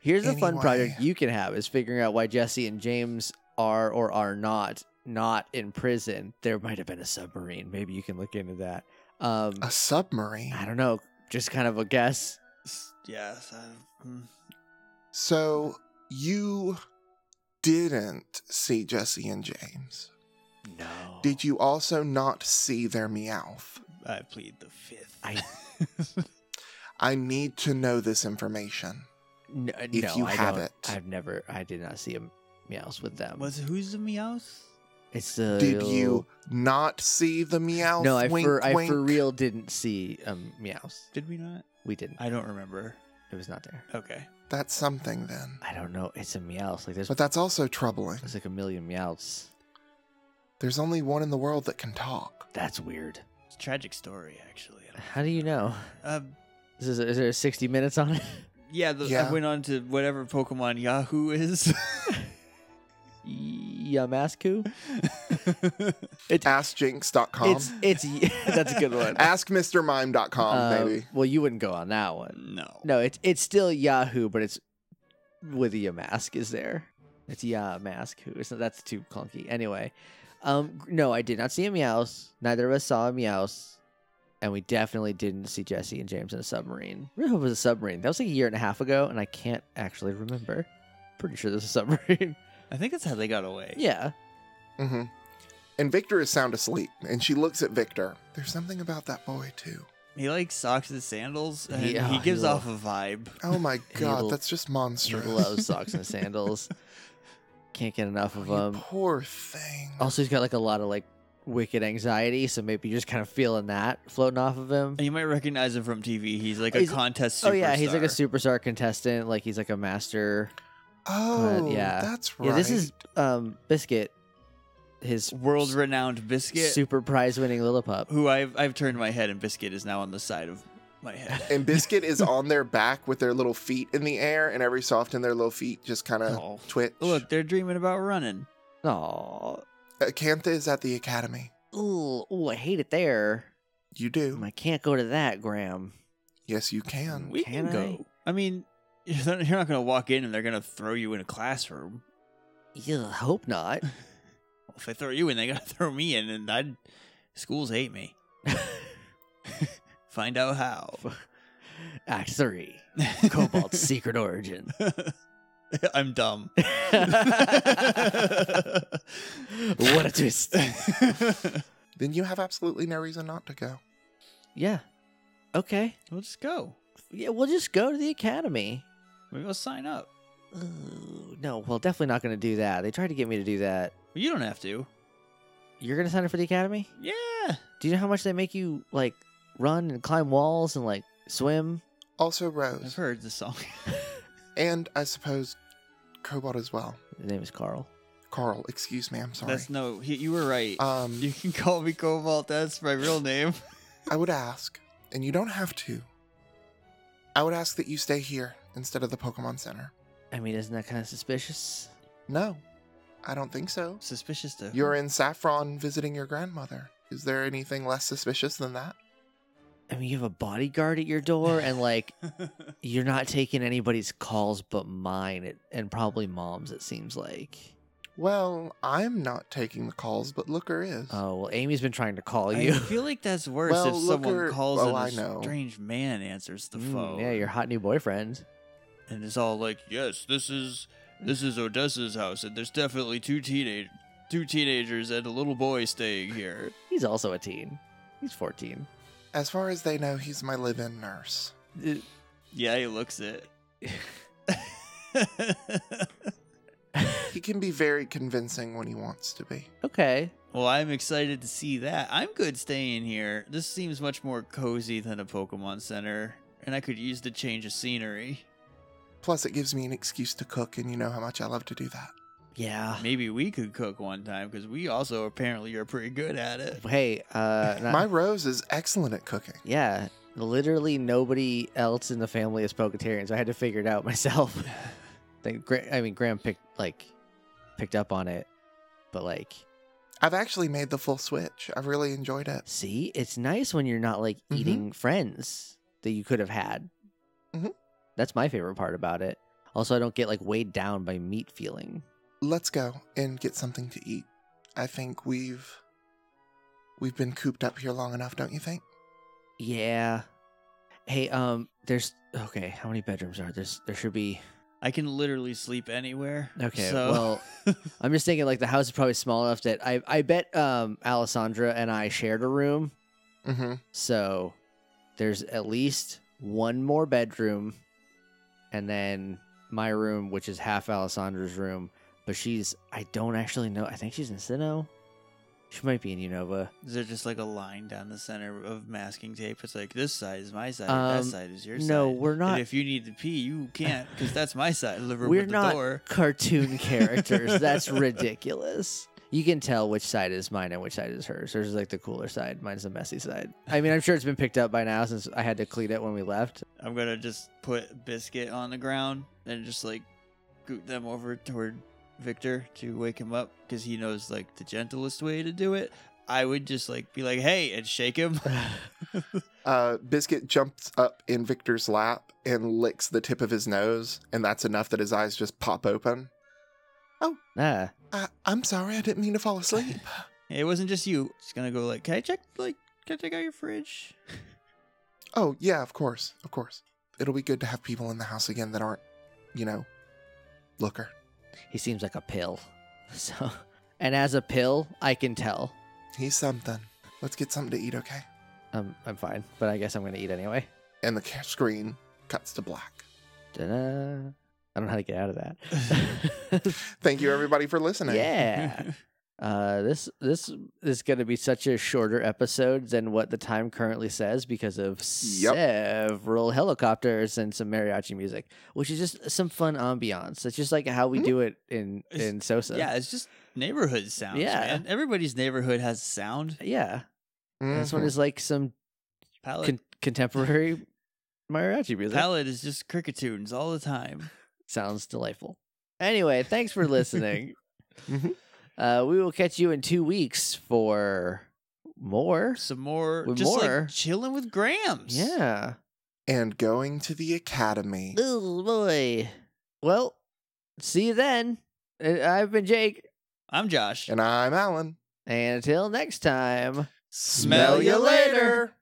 B: Here's a fun project
A: Anyway.
B: you can have: is figuring out why Jesse and James are or are not not in prison. There might have been a submarine. Maybe you can look into that. Um,
A: A submarine.
B: I don't know. Just kind of a guess.
C: *laughs* Yes. I, mm.
A: So you didn't see Jesse and James.
B: No.
A: Did you also not see their meowth?
C: I plead the fifth.
B: I-
A: I need to know this information.
B: N-
A: If
B: no,
A: you
B: I
A: have
B: don't-
A: it.
B: I've never. I did not see a meows with them.
C: *laughs* was who's the meows?
B: it's the.
A: Did you not see the meowth?
B: No, I
A: wink,
B: for I
A: wink?
B: for real didn't see um meows.
C: Did we not?
B: We didn't.
C: I don't remember.
B: it was not there.
C: Okay.
A: That's something then.
B: I don't know. It's a meows. Like there's,
A: But that's also troubling.
B: there's like a million meows.
A: There's only one in the world that can talk.
B: That's weird.
C: It's a tragic story, actually.
B: How do you know?
C: Uh,
B: Is, this, is there 60 minutes on it? *laughs*
C: yeah, the,
A: Yeah.
C: I went on to whatever Pokemon
B: *laughs*
C: Yahoo is. *laughs*
B: Yamasku.
A: AskJinx.com.
B: It's it's *laughs* that's a good one.
A: AskMrMime.com,
B: Uh,
A: maybe.
B: Well, you wouldn't go on that one.
C: no.
B: No, it's it's still Yahoo, but it's with a mask is there. It's Yah mask who is that's too clunky. Anyway, um g- no, I did not see a meows. Neither of us saw a meows. And we definitely didn't see Jesse and James in a submarine. I really hope it was a submarine. That was like a year and a half ago, and I can't actually remember. Pretty sure there's a submarine. *laughs*
C: I think that's how they got away.
B: yeah.
A: hmm And Victor is sound asleep, and she looks at Victor. There's something about that boy, too.
C: He like socks and sandals, and
B: He-
C: he,
B: oh, he
C: gives
B: lo-
C: off a vibe.
A: Oh
B: *laughs*
A: my god,
B: l-
A: that's just
B: He
A: monstrous. *laughs*
B: loves socks and sandals. Can't get enough of
A: You
B: them.
A: poor thing.
B: Also, he's got like a lot of like wicked anxiety, so maybe you're just kind of feeling that floating off of him.
C: And you might recognize him from TV. He's like a
B: He's-
C: contest.
B: Oh yeah, he's like a
C: superstar.
B: superstar contestant. Like he's like a master.
A: oh,
B: yeah.
A: that's right.
B: Yeah, this is um Biscuit, his
C: world-renowned biscuit,
B: super prize winning Lillipup.
C: who I've I've turned my head, and biscuit is now on the side of my head.
A: And Biscuit is on their back with their little feet in the air, and every so often their little feet just kind of
C: Oh.
A: twitch.
C: *laughs* Look, they're dreaming about running.
B: Aw,
A: Acantha is at the academy.
B: ooh, ooh, I hate it there. Mm,
A: You do.
B: I can't go to that, Graham.
A: yes, you can.
C: We
B: Can
C: can,
B: I?
C: go. I mean, *laughs* you're not going to walk in and they're going to throw you in a classroom. *laughs*
B: Yeah, hope not. *laughs*
C: If they throw you in, they got to *laughs* throw me in, and I'd schools hate me. *laughs* Find out how.
B: Act three, Ah,
C: *laughs*
B: Cobalt's secret origin.
C: I'm dumb.
B: What a twist.
A: Then you have absolutely no reason not to go.
B: Yeah. Okay.
C: *laughs* we'll just go.
B: Yeah, we'll just go to the academy.
C: Maybe I'll sign up.
B: Ooh, no, well, definitely not going to do that. They tried to get me to do that.
C: Well, you don't have to.
B: You're going to sign up for the academy?
C: Yeah.
B: Do you know how much they make you like run and climb walls and like swim?
A: Also,
C: I've
A: Rose,
C: heard the song.
A: and I suppose Cobalt as well.
B: His name is Carl.
A: Carl, excuse me. I'm sorry.
C: *laughs* That's no. He, you were right.
A: um,
C: you can call me Cobalt. That's my real name.
A: I would ask, and you don't have to. I would ask that you stay here instead of the Pokemon Center.
B: I mean, isn't that kind of suspicious?
A: No, I don't think so.
C: Suspicious to.
A: You're
C: *laughs*
A: in Saffron visiting your grandmother. Is there anything less suspicious than that?
B: I mean, you have a bodyguard at your door,
C: *laughs*
B: and like, you're not taking anybody's calls but mine, it, and probably mom's. It seems like.
A: Well, I'm not taking the calls, but Looker is.
B: Oh well, Amy's been trying to call
C: I
B: you. *laughs*
C: feel like that's worse
A: Well,
C: if someone
A: Looker-
C: calls
A: oh,
C: and a
A: I know.
C: strange man answers the
B: Mm,
C: phone.
B: yeah, your hot new boyfriend.
C: and it's all like, "Yes, this is this is Odessa's house, and there's definitely two teenage two teenagers and a little boy staying here."
B: He's also a teen. He's fourteen.
A: as far as they know, he's my live in nurse.
C: Yeah, he looks it.
A: He can be very convincing when he wants to be.
B: Okay.
C: well, I'm excited to see that. I'm good staying here. This seems much more cozy than a Pokemon Center, and I could use the change of scenery.
A: Plus, it gives me an excuse to cook, and you know how much I love to do that.
B: Yeah.
C: Maybe we could cook one time because we also apparently are pretty good at it.
B: Hey, uh,
C: *laughs*
B: not-
A: My Rose is excellent at cooking.
B: yeah, literally nobody else in the family is Pocatarian, so I had to figure it out *laughs* myself. Think Gra- I mean, Graham picked like picked up on it, but like,
A: I've actually made the full switch. I've really enjoyed it.
B: see, it's nice when you're not like
A: Mhm.
B: eating friends that you could have had.
A: Mhm.
B: That's my favorite part about it. Also, I don't get like weighed down by meat feeling.
A: Let's go and get something to eat. I think we've we've been cooped up here long enough, don't you think?
B: Yeah. Hey, um, there's okay. How many bedrooms are there? There should be.
C: I can literally sleep anywhere.
B: Okay,
C: so-
B: I'm just thinking like the house is probably small enough that I I bet um Alessandra and I shared a room,
A: Mm-hmm.
B: so there's at least one more bedroom, and then my room, which is half Alessandra's room, but she's I don't actually know. I think she's in Sinnoh. She might be in Unova.
C: *laughs* Is there just like a line down the center of masking tape? It's like this side is my side,
B: Um,
C: that side is your side.
B: no, we're
C: And
B: not
C: if you need to pee, you can't because that's my side of the room
B: We're
C: with the
B: not-
C: door.
B: cartoon characters. That's ridiculous. You can tell which side is mine and which side is hers. Hers is like the cooler side. Mine's the messy side. I mean, I'm sure it's been picked up by now since I had to clean it when we left.
C: I'm gonna just put biscuit on the ground and just like scoot them over toward Victor to wake him up because he knows like the gentlest way to do it. I would just like be like, "Hey," and shake
B: *laughs*
C: him.
A: Uh, Biscuit jumps up in Victor's lap and licks the tip of his nose, and that's enough that his eyes just pop open.
B: Ah,
A: I- I'm sorry, I didn't mean to fall
B: *laughs*
A: asleep.
C: it wasn't just you. Just gonna go like, "Can I check? Like, can I check out your fridge?"
A: oh yeah, of course, of course. It'll be good to have people in the house again that aren't, you know, looker.
B: he seems like a pill. *laughs* So, and as a pill, I can tell.
A: He's something. Let's get something to eat, okay?
B: Um, I'm fine, but I guess I'm gonna eat anyway.
A: And the ca- screen cuts to black.
B: Ta-da. I don't know how to get out of
C: *laughs*
B: that. *laughs*
A: Thank you everybody for listening.
B: yeah. Uh, this this is going to be such a shorter episode than what the time currently says because of several helicopters and some mariachi music, which is just some fun ambiance. It's just like how we
A: Mhm.
B: do it in
C: Mm-hmm. It's-
B: in Sosa.
C: Yeah, it's just neighborhood sounds.
B: Yeah.
C: man. everybody's neighborhood has sound.
B: yeah. This one
C: Mm-hmm.
A: Mhm.
B: is like some
C: Palette,
B: con- contemporary mariachi music.
C: palette is just cricket tunes all the time.
B: Sounds delightful. Anyway, thanks
A: *laughs*
B: for listening.
A: Mhm.
B: uh, we will catch you in two weeks for more.
C: Some more,
B: With
C: just
B: more.
C: like chilling with Grams.
B: Yeah.
A: and going to the academy.
B: Oh boy. Well, see you then. Uh, I've been Jake,
C: I'm Josh.
A: And I'm Alan.
B: and until next time. *sighs*
C: Smell
B: ya later.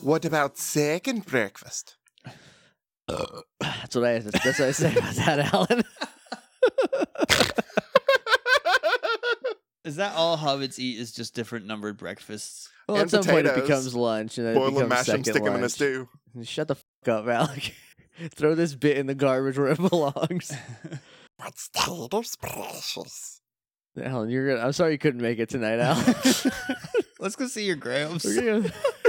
A: What about second breakfast?
B: That's what I. That's what I *laughs* say about that, Alan.
C: Is that all hobbits eat? Is just different numbered breakfasts?
B: Well,
A: *laughs*
B: *laughs*
A: And
B: at some point it
A: potatoes.
B: becomes lunch, and then
A: Boil
B: it
A: them,
B: becomes
A: mash them,
B: second
A: stick them in a
B: lunch.
A: stew.
B: Shut the fuck up, Alec. *laughs* Throw this bit in the garbage where it
A: *laughs*
B: belongs.
A: What's taters precious? *laughs*
B: Alan, you're gonna. I'm sorry you couldn't make it tonight, Alan.
C: *laughs* Let's go see your Gramps.
B: We're gonna-